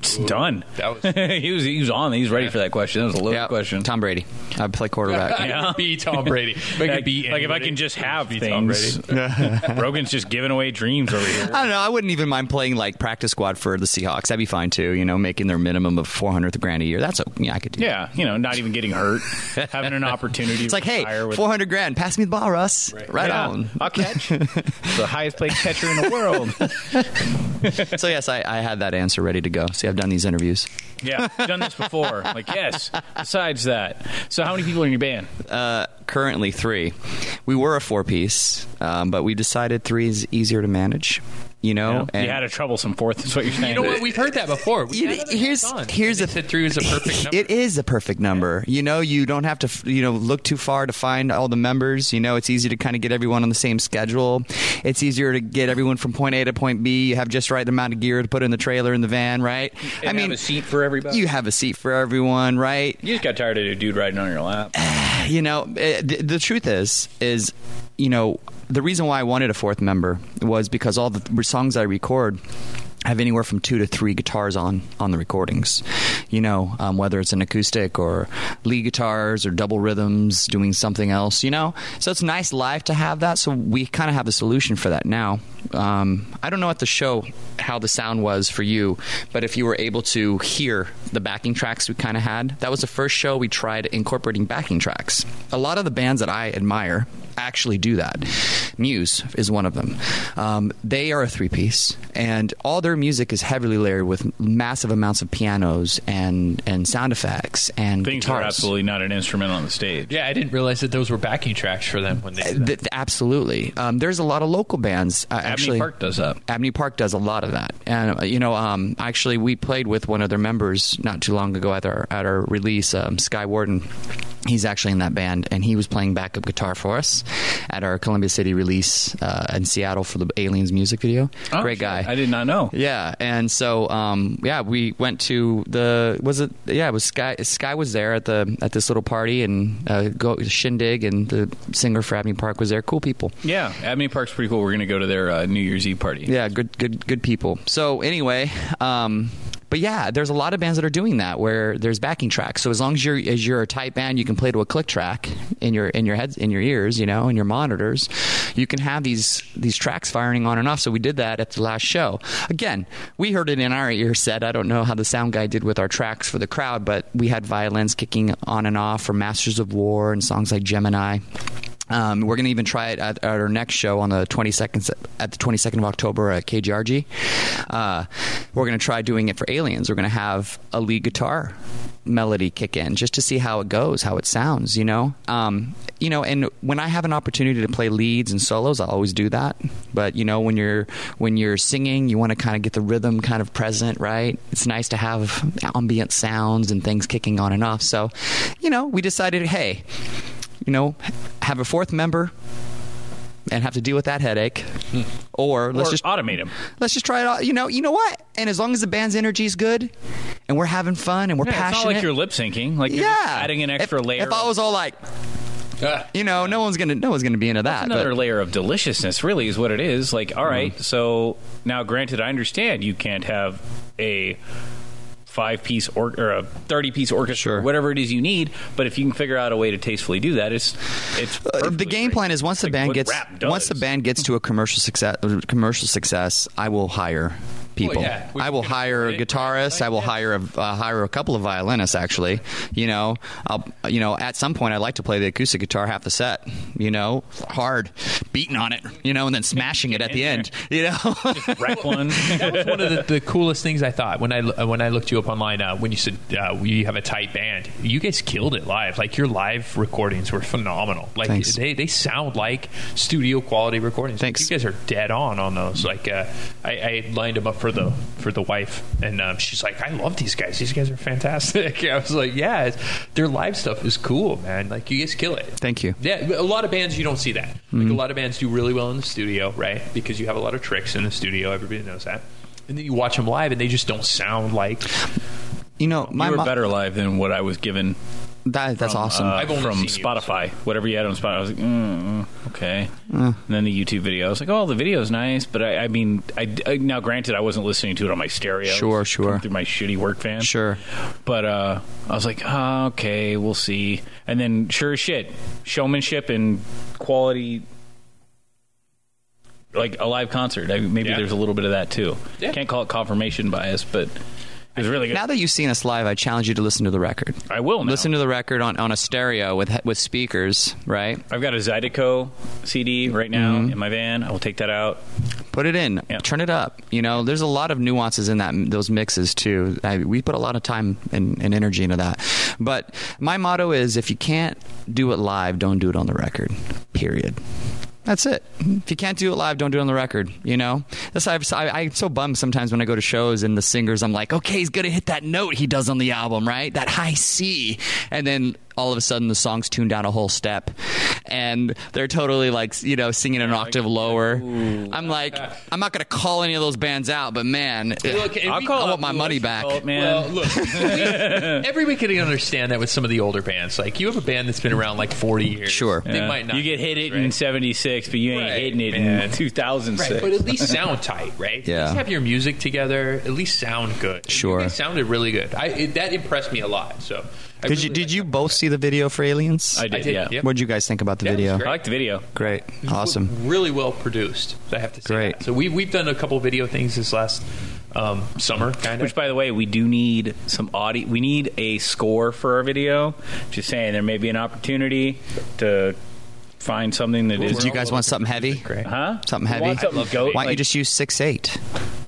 Speaker 4: It's done.
Speaker 5: That was-
Speaker 4: he was he was on. He was ready for that question. That was a loaded question.
Speaker 11: Tom Brady. I play quarterback.
Speaker 5: I could be Tom Brady. I could
Speaker 4: like,
Speaker 5: be
Speaker 4: like if I
Speaker 5: anybody.
Speaker 4: can just
Speaker 5: I could
Speaker 4: have
Speaker 5: be Tom
Speaker 4: things. Rogan's just giving away dreams over here.
Speaker 11: I don't know. I wouldn't even mind playing like practice squad for the Seahawks. That'd be fine too. You know, making their minimum of four hundred grand a year. That's a, yeah, I could do. that.
Speaker 4: Yeah, you know, not even getting hurt, having an opportunity.
Speaker 11: It's like, hey, four
Speaker 4: four
Speaker 11: hundred grand. Pass me the ball, Russ. Right, on.
Speaker 4: I'll catch the highest paid catcher in the world.
Speaker 11: so yes, I, I had that answer ready to go. See, I've done these interviews.
Speaker 4: Yeah, done this before. Like, yes. Besides that, so how many people are in your band?
Speaker 11: Currently three. We were a four piece, um, but we decided three is easier to manage. You know,
Speaker 4: you had a troublesome fourth. Is what you're saying.
Speaker 5: You know what? We've heard that before. We
Speaker 11: You-
Speaker 5: had other
Speaker 11: here's-
Speaker 5: guys on,
Speaker 11: here's
Speaker 5: and
Speaker 11: the-
Speaker 5: they said three was a perfect number.
Speaker 11: It is a perfect number. You know, you don't have to, f- you know, look too far to find all the members. You know, it's easy to kind of get everyone on the same schedule. It's easier to get everyone from point A to point B. You have just right amount of gear to put in the trailer in the van, right? I mean,
Speaker 4: for everybody.
Speaker 11: you have a seat for everyone, right?
Speaker 4: You just got tired of a dude riding on your lap.
Speaker 11: you know, eh, the, the truth is, is you know, the reason why I wanted a fourth member was because all the songs I record have anywhere from two to three guitars on on the recordings. You know, um, whether it's an acoustic or lead guitars or double rhythms, doing something else. You know, so it's nice live to have that. So we kind of have a solution for that now. Um, I don't know at the show how the sound was for you, but if you were able to hear the backing tracks we kind of had, that was the first show we tried incorporating backing tracks. A lot of the bands that I admire actually do that. Muse is one of them. Um, they are a three piece, and all their music is heavily layered with massive amounts of pianos and, and sound effects and
Speaker 4: Things are
Speaker 11: guitars.
Speaker 4: absolutely not an instrument on the stage.
Speaker 5: Yeah, I didn't realize that those were backing tracks for them when they did that.
Speaker 11: Th- th- absolutely. Um, there's a lot of local bands. Uh, actually,
Speaker 4: Park does that.
Speaker 11: Abney Park does a lot of that, and uh, you know, um, actually, we played with one of their members not too long ago at our at our release, um, Sky Warden. He's actually in that band, and he was playing backup guitar for us at our Columbia City release uh, in Seattle for the Aliens music video.
Speaker 4: Oh,
Speaker 11: Great
Speaker 4: shit.
Speaker 11: guy.
Speaker 4: I did not know.
Speaker 11: Yeah, and so um, yeah, we went to the was it yeah it was Sky Sky was there at the at this little party and uh, go shindig and the singer for Abney Park was there. Cool people.
Speaker 4: Yeah, Abney Park's pretty cool. We're going to go to their uh, New Year's Eve party.
Speaker 11: Yeah, good, good, good people. So anyway, um, but yeah, there's a lot of bands that are doing that where there's backing tracks. So as long as you're as you're a tight band, you can play to a click track in your in your heads in your ears, you know, in your monitors. You can have these these tracks firing on and off. So we did that at the last show. Again, we heard it in our ear set. I don't know how the sound guy did with our tracks for the crowd, but we had violins kicking on and off from Masters of War and songs like Gemini. Um, we're going to even try it at, at our next show on the 22nd at the 22nd of October at KGRG. Uh, we're going to try doing it for Aliens. We're going to have a lead guitar melody kick in just to see how it goes, how it sounds. You know, um, you know, and when I have an opportunity to play leads and solos, I always do that. But you know, when you're when you're singing, you want to kind of get the rhythm kind of present, right? It's nice to have ambient sounds and things kicking on and off. So, you know, we decided, hey you know, have a fourth member and have to deal with that headache, or let's
Speaker 4: Hmm. Or
Speaker 11: just
Speaker 4: automate him.
Speaker 11: let's just try it out. You know, you know what? And as long as the band's energy is good, and we're having fun and we're
Speaker 4: Yeah, it's
Speaker 11: passionate,
Speaker 4: not like you're lip syncing. Like you're
Speaker 11: yeah,
Speaker 4: just adding an
Speaker 11: If-
Speaker 4: extra layer. Ah.
Speaker 11: If I was all like, you know, no one's gonna no one's gonna be into that.
Speaker 4: Another
Speaker 11: but- Mm-hmm.
Speaker 4: layer of deliciousness, really, is what it is. Like, all right, so now, granted, I understand you can't have a five piece or, or a thirty piece orchestra,
Speaker 11: Sure.
Speaker 4: whatever it is you need. But if you can figure out a way to tastefully do that, it's it's
Speaker 11: Uh,
Speaker 4: perfectly
Speaker 11: the game
Speaker 4: great.
Speaker 11: plan is once the
Speaker 4: Like
Speaker 11: band
Speaker 4: what
Speaker 11: gets
Speaker 4: rap does.
Speaker 11: once the band gets to a commercial success uh, commercial success, I will hire people.
Speaker 5: Well, yeah.
Speaker 11: I will
Speaker 5: We can
Speaker 11: hire a
Speaker 5: create
Speaker 11: guitarist. I will hire a uh, hire a couple of violinists. Actually, you know, I'll, you know, at some point I'd like to play the acoustic guitar half the set. You know, hard beating on it. You know, and then smashing it at the end. You know,
Speaker 4: Rack one.
Speaker 5: That's one of the, the coolest things I thought when I uh, when I looked you up online uh, when you said uh, you have a tight band. You guys killed it live. Like your live recordings were phenomenal. Like
Speaker 11: Thanks.
Speaker 5: they they sound like studio quality recordings.
Speaker 11: Thanks.
Speaker 5: You guys are dead on on those. Like uh, I, I lined them up for the for the wife, and um, she's like, I love these guys. These guys are fantastic. I was like, yeah, it's, their live stuff is cool, man. Like you guys kill it.
Speaker 11: thank you.
Speaker 5: Yeah, but a lot of bands you don't see that. Like a lot of bands do really well in the studio, right? Because you have a lot of tricks in the studio. Everybody knows that. And then you watch them live, and they just don't sound like.
Speaker 11: You know, my
Speaker 4: You were
Speaker 11: mo-
Speaker 4: better live than what I was given.
Speaker 11: that, that's
Speaker 4: from,
Speaker 11: awesome.
Speaker 4: uh,
Speaker 5: I've only
Speaker 4: from
Speaker 5: seen you,
Speaker 4: Spotify, whatever you had on Spotify. I was like, mm, okay. And then the YouTube video. I was like, oh, the video's nice, but I, I mean, I, I- now granted, I wasn't listening to it on my stereo. It
Speaker 11: Sure,
Speaker 4: was
Speaker 11: sure.
Speaker 4: coming Through my shitty work fan.
Speaker 11: Sure.
Speaker 4: But uh, I was like, ah, okay, we'll see. And then, sure as shit, showmanship and quality. Like a live concert, I, maybe
Speaker 5: Yeah.
Speaker 4: there's a little bit of that too. Can't call it confirmation bias, but it was really good.
Speaker 11: now that you've seen us live, I challenge you to listen to the record.
Speaker 4: I will now.
Speaker 11: Listen to the record on, on a stereo with he- with speakers, right?
Speaker 4: I've got a Zydeco CD right now
Speaker 11: Mm-hmm.
Speaker 4: in my van. I will take that out.
Speaker 11: put it in
Speaker 4: Yeah.
Speaker 11: turn it up you know there's a lot of nuances in that those mixes too I, we put a lot of time and, and energy into that but my motto is if you can't do it live don't do it on the record period that's it. If you can't do it live, don't do it on the record. You know, that's why I've, I, I'm so bummed sometimes when I go to shows and the singers. I'm like, okay, he's gonna hit that note he does on the album, right? That high C, and then all of a sudden the song's tuned down a whole step, and they're totally like, you know, singing an octave lower. I'm like, I'm not gonna call any of those bands out, but man,
Speaker 5: and
Speaker 11: I
Speaker 5: we-
Speaker 11: want my money back.
Speaker 4: Oh, man.
Speaker 5: Well, look, everybody can understand that with some of the older bands. Like you have a band that's been around like forty years.
Speaker 11: Sure.
Speaker 5: they
Speaker 4: Yeah.
Speaker 5: might not.
Speaker 4: You get hit it in
Speaker 5: right?
Speaker 4: '76, but you ain't
Speaker 5: Right,
Speaker 4: hitting it
Speaker 5: man.
Speaker 4: in 2006.
Speaker 5: Right, but at least sound tight, right?
Speaker 11: Yeah.
Speaker 5: At least have your music together. At least sound good. And you
Speaker 11: Sure.
Speaker 5: guys sounded really good. I it, that impressed me a lot. So I
Speaker 11: Did you
Speaker 5: really
Speaker 11: did
Speaker 5: liked
Speaker 11: you both see the video for Aliens?
Speaker 4: I
Speaker 5: that.
Speaker 4: did,
Speaker 5: I did.
Speaker 4: yeah.
Speaker 5: yep.
Speaker 11: What did you guys think about the
Speaker 5: Yeah, it was
Speaker 11: video?
Speaker 4: I like the video.
Speaker 11: Great,
Speaker 5: It was
Speaker 11: awesome.
Speaker 5: Really well produced. I have to say.
Speaker 11: Great.
Speaker 5: that. So we've we've done a couple video things this last um, summer, kind of.
Speaker 4: Which, by the way, we do need some audio. We need a score for our video. Just saying, there may be an opportunity to find something that is.
Speaker 11: Did you guys want something heavy?
Speaker 5: Great.
Speaker 4: Huh?
Speaker 11: Something
Speaker 4: We
Speaker 11: heavy.
Speaker 4: want something goat,
Speaker 11: Why don't you
Speaker 4: like-
Speaker 11: just use six eight?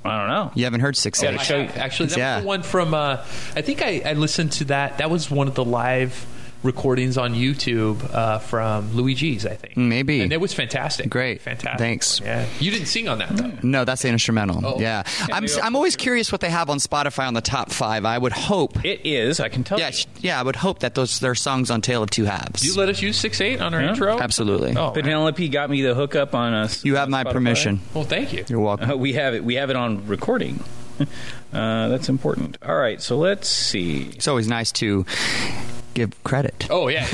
Speaker 4: I don't know.
Speaker 11: You haven't heard six
Speaker 4: Yeah,
Speaker 11: eight.
Speaker 4: show you-
Speaker 5: Actually, that
Speaker 11: Yeah.
Speaker 5: was the one from. Uh, I think I, I listened to that. That was one of the live recordings on YouTube uh, from Luigi's. I think
Speaker 11: Maybe.
Speaker 5: and it was fantastic.
Speaker 11: Great.
Speaker 5: fantastic.
Speaker 11: Thanks.
Speaker 5: Yeah, you didn't sing on that though.
Speaker 11: No, that's the instrumental.
Speaker 5: Oh.
Speaker 11: Yeah, I'm. I'm always curious what they have on Spotify on the top five. I would hope.
Speaker 4: It is. I can tell.
Speaker 11: Yeah,
Speaker 4: you.
Speaker 11: sh- yeah, I would hope that those their songs on Tale of Two
Speaker 5: You
Speaker 11: Halves.
Speaker 5: let us use six eight on our
Speaker 4: Yeah.
Speaker 5: intro.
Speaker 11: Absolutely.
Speaker 5: Oh, man.
Speaker 4: Penelope got me the hookup on us.
Speaker 11: You have my
Speaker 4: Spotify.
Speaker 11: permission.
Speaker 5: well, thank you.
Speaker 11: You're welcome.
Speaker 4: Uh, we have it. We have it on recording. Uh, that's important. All right, so let's see.
Speaker 11: It's always nice to give credit.
Speaker 5: Oh yeah.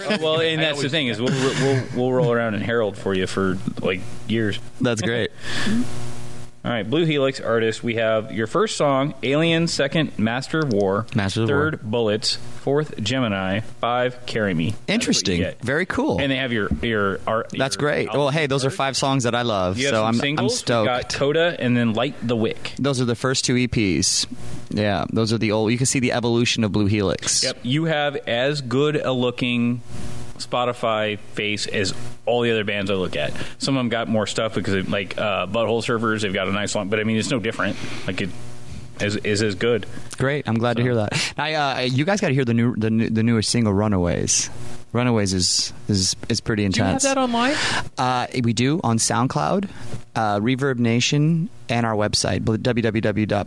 Speaker 4: Well, and that's
Speaker 5: I
Speaker 4: the
Speaker 5: always-
Speaker 4: thing is we'll, we'll we'll roll around and herald for you for like years.
Speaker 11: That's great.
Speaker 4: All right, Blue Helix artist. We have your first song, Alien. Second, Master of War.
Speaker 11: Master of
Speaker 4: Third, Bullets. Fourth, Gemini. Five, Carry Me. That's what you
Speaker 11: Interesting.
Speaker 4: get.
Speaker 11: Very cool.
Speaker 4: And they have your your art.
Speaker 11: That's
Speaker 4: your
Speaker 11: great.
Speaker 4: album
Speaker 11: Well, hey, those are
Speaker 4: art.
Speaker 11: five songs that I love,
Speaker 4: You have
Speaker 11: so
Speaker 4: some
Speaker 11: I'm
Speaker 4: singles.
Speaker 11: I'm
Speaker 4: We
Speaker 11: stoked.
Speaker 4: got Coda and then Light the Wick.
Speaker 11: those are the first two EPs. Yeah, those are the old. You can see the evolution of Blue Helix.
Speaker 4: Yep. You have as good a looking Spotify face as all the other bands I look at. Some of them got more stuff because it, like uh, Butthole Surfers, they've got a nice long, but I mean it's no different. Like it is is as good.
Speaker 11: Great. I'm glad to hear that. I, uh, you guys got to hear the new the, new- the newest single, "Runaways." "Runaways" is is is pretty
Speaker 5: Do you have
Speaker 11: intense.
Speaker 5: that online?
Speaker 11: uh, we do on SoundCloud, uh, Reverb Nation, and our website bl-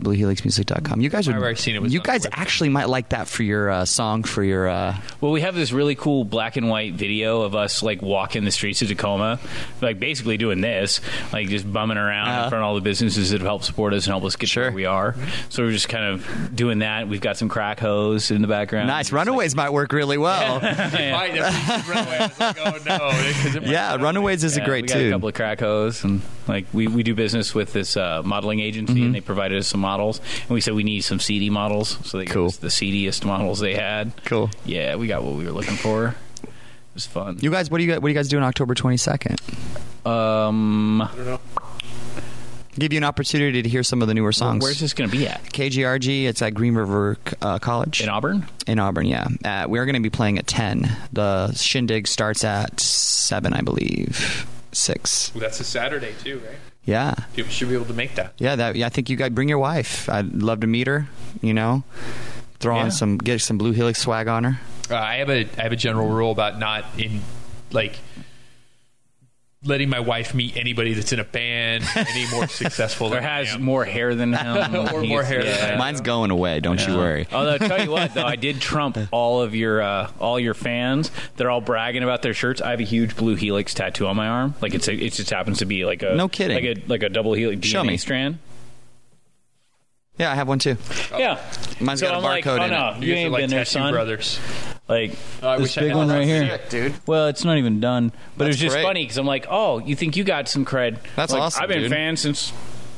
Speaker 11: www.bluehelixmusic.com. You guys
Speaker 5: I've
Speaker 11: are
Speaker 5: already seen it was
Speaker 11: you
Speaker 5: on the
Speaker 11: guys
Speaker 5: website.
Speaker 11: actually might like that for your uh, song for your uh,
Speaker 4: Well, we have this really cool black and white video of us like walking the streets of Tacoma, like basically doing this, like just bumming around in
Speaker 11: Uh-huh.
Speaker 4: front of all the businesses that have helped support us and help us get to
Speaker 11: Sure.
Speaker 4: where we are. So we're just kind of doing that. We've got some crack hose in the background.
Speaker 11: nice Runaways might work really well.
Speaker 5: Why, that's runaway. I was like, oh no. 'cause it-
Speaker 11: yeah, Runaways is
Speaker 4: Yeah,
Speaker 11: a great
Speaker 4: we got A
Speaker 11: tune.
Speaker 4: couple of crack hoes, and like we, we do business with this uh, modeling agency,
Speaker 11: Mm-hmm.
Speaker 4: and they provided us some models, and we said we need some seedy models, so they gave
Speaker 11: Cool.
Speaker 4: us the seediest models they had.
Speaker 11: Cool.
Speaker 4: Yeah, we got what we were looking for. It was fun.
Speaker 11: You guys, what do you what do you guys do on October twenty second?
Speaker 4: um,
Speaker 11: Give you an opportunity to hear some of the newer songs.
Speaker 4: where's this going to be at?
Speaker 11: KGRG. It's at Green River uh, College
Speaker 4: In Auburn?
Speaker 11: in Auburn. Yeah, uh, we're going to be playing at ten. The shindig starts at seven, I believe. Six.
Speaker 5: Well, that's a Saturday too, right?
Speaker 11: Yeah,
Speaker 5: People should be able to make that.
Speaker 11: yeah. That yeah, I think you guys bring your wife. I'd love to meet her. You know, throw
Speaker 4: Yeah.
Speaker 11: on some get some blue helix swag on her.
Speaker 5: Uh, I have a I have a general rule about not in like letting my wife meet anybody that's in a band any more successful
Speaker 4: Or
Speaker 5: than I
Speaker 4: has
Speaker 5: am.
Speaker 4: more hair than him.
Speaker 5: Or more hair than I
Speaker 11: Mine's going away. Don't you worry.
Speaker 4: Although I tell you what, though, I did trump all of your uh, all your fans. They're all bragging about their shirts. I have a huge blue helix tattoo on my arm. Like it's a, it just happens to be like a
Speaker 11: No kidding.
Speaker 4: like a like a double helix DNA
Speaker 11: Show me.
Speaker 4: strand.
Speaker 11: Yeah, I have one too.
Speaker 4: Yeah,
Speaker 11: Mine's
Speaker 4: so
Speaker 11: got a
Speaker 4: I'm
Speaker 11: barcode
Speaker 4: like,
Speaker 11: in
Speaker 4: oh, no, You,
Speaker 11: it.
Speaker 5: guys are
Speaker 4: ain't
Speaker 5: Oh. like
Speaker 4: been there,
Speaker 5: Tattoo
Speaker 4: son.
Speaker 5: brothers.
Speaker 4: Like
Speaker 5: Oh, I
Speaker 4: this
Speaker 5: wish I
Speaker 4: big
Speaker 5: had
Speaker 4: one
Speaker 5: one.
Speaker 4: right here,
Speaker 11: dude.
Speaker 4: Well, it's not even done, but it was just
Speaker 11: great.
Speaker 4: funny because I'm like, oh, you think you got some cred?
Speaker 11: That's
Speaker 4: Like,
Speaker 11: awesome,
Speaker 4: I've been
Speaker 11: dude.
Speaker 4: a fan since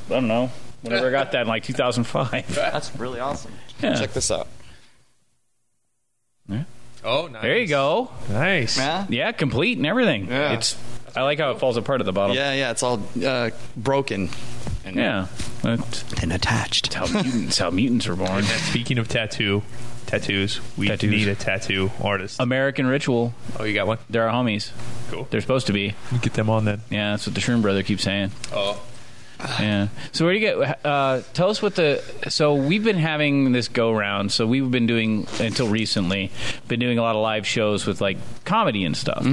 Speaker 4: I don't know whenever I got that in like 2005.
Speaker 11: That's really awesome.
Speaker 4: Yeah.
Speaker 11: Check this out.
Speaker 5: Oh, nice.
Speaker 4: There you go.
Speaker 5: Nice.
Speaker 11: Yeah.
Speaker 4: Yeah, complete and everything.
Speaker 11: Yeah.
Speaker 4: It's I like how it falls apart at the bottom.
Speaker 11: Yeah, yeah, it's all uh, broken and,
Speaker 4: Yeah. That's
Speaker 11: and attached.
Speaker 4: how mutants how mutants were born.
Speaker 5: And speaking of tattoo, tattoos, we
Speaker 4: Tattoos.
Speaker 5: need a tattoo artist.
Speaker 4: American ritual.
Speaker 5: oh, you got one?
Speaker 4: They're our homies.
Speaker 5: Cool.
Speaker 4: They're supposed to be.
Speaker 5: Get them on then.
Speaker 4: Yeah, that's what the Shroom brother keeps saying.
Speaker 5: Oh.
Speaker 4: Yeah. So where do you get? Uh, tell us what the. So we've been having this go round. So we've been doing until recently, been doing a lot of live shows with like comedy and stuff.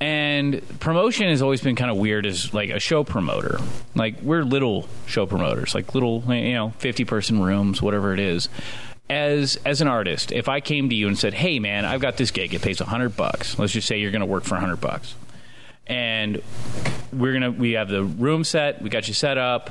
Speaker 4: And promotion has always been kind of weird as like a show promoter. Like we're little show promoters, like little you know fifty person rooms, whatever it is. As as an artist, if I came to you and said, "Hey man, I've got this gig. It pays hundred bucks. Let's just say you're going to work for hundred bucks." and we're gonna we have the room set we got you set up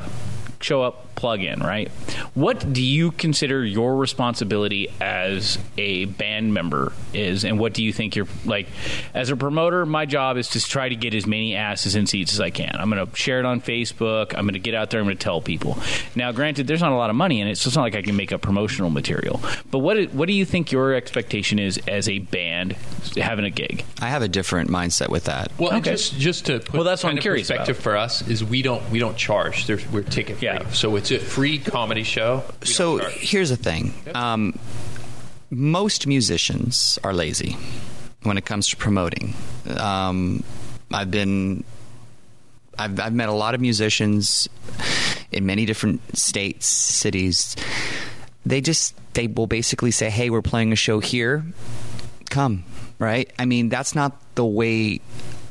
Speaker 4: show up plug in right what do you consider your responsibility as a band member is and what do you think you're like as a promoter my job is to try to get as many asses in seats as i can i'm gonna share it on facebook i'm gonna get out there i'm gonna tell people now granted there's not a lot of money in it so it's not like i can make up promotional material but what i- what do you think your expectation is as a band having a gig
Speaker 11: I have a different mindset with that.
Speaker 5: Well, and
Speaker 4: Okay.
Speaker 5: just just to put
Speaker 4: Well, that's what I'm
Speaker 5: kind of
Speaker 4: curious about.
Speaker 5: perspective for us is we don't we don't charge. There's, we're ticket free,
Speaker 4: Yeah.
Speaker 5: so it's a free comedy show. We don't
Speaker 11: So
Speaker 5: charge.
Speaker 11: here's the thing um, most musicians are lazy when it comes to promoting. Um, I've been I've, I've met a lot of musicians in many different states, cities. They just they will basically say, "Hey, we're playing a show here. Come." Right? I mean, that's not the way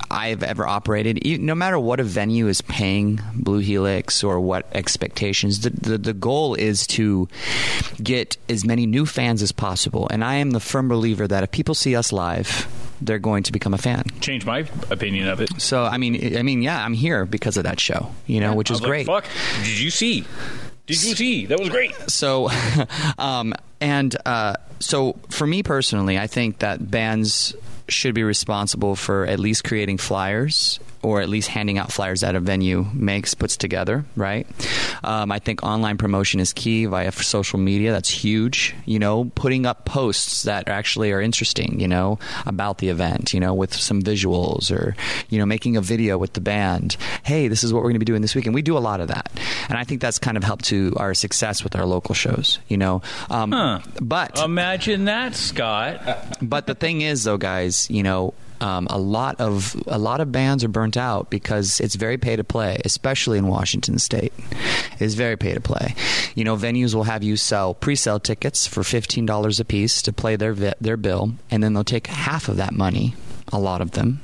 Speaker 11: I've ever operated. E- No matter what a venue is paying Blue Helix or what expectations, the, the the goal is to get as many new fans as possible. And I am the firm believer that if people see us live, they're going to become a fan.
Speaker 4: change my opinion of it
Speaker 11: So I mean, I mean, yeah, I'm here because of that show, you know, which
Speaker 4: I
Speaker 11: is
Speaker 4: was like,
Speaker 11: great.
Speaker 4: Fuck, did you see? Did you see? That was great.
Speaker 11: So, um, and uh, so for me personally, I think that bands should be responsible for at least creating flyers or at least handing out flyers that a venue makes puts together right um, i think online promotion is key via social media that's huge you know putting up posts that actually are interesting you know about the event you know with some visuals or you know making a video with the band hey this is what we're going to be doing this week and we do a lot of that and i think that's kind of helped to our success with our local shows you know um, but
Speaker 4: Imagine that, Scott.
Speaker 11: but the thing is, though, guys, you know, um, a lot of a lot of bands are burnt out because it's very pay to play, especially in Washington State. It's very pay to play. You know, venues will have you sell pre-sale tickets for fifteen dollars a piece to play their vi- their bill, and then they'll take half of that money. A lot of them,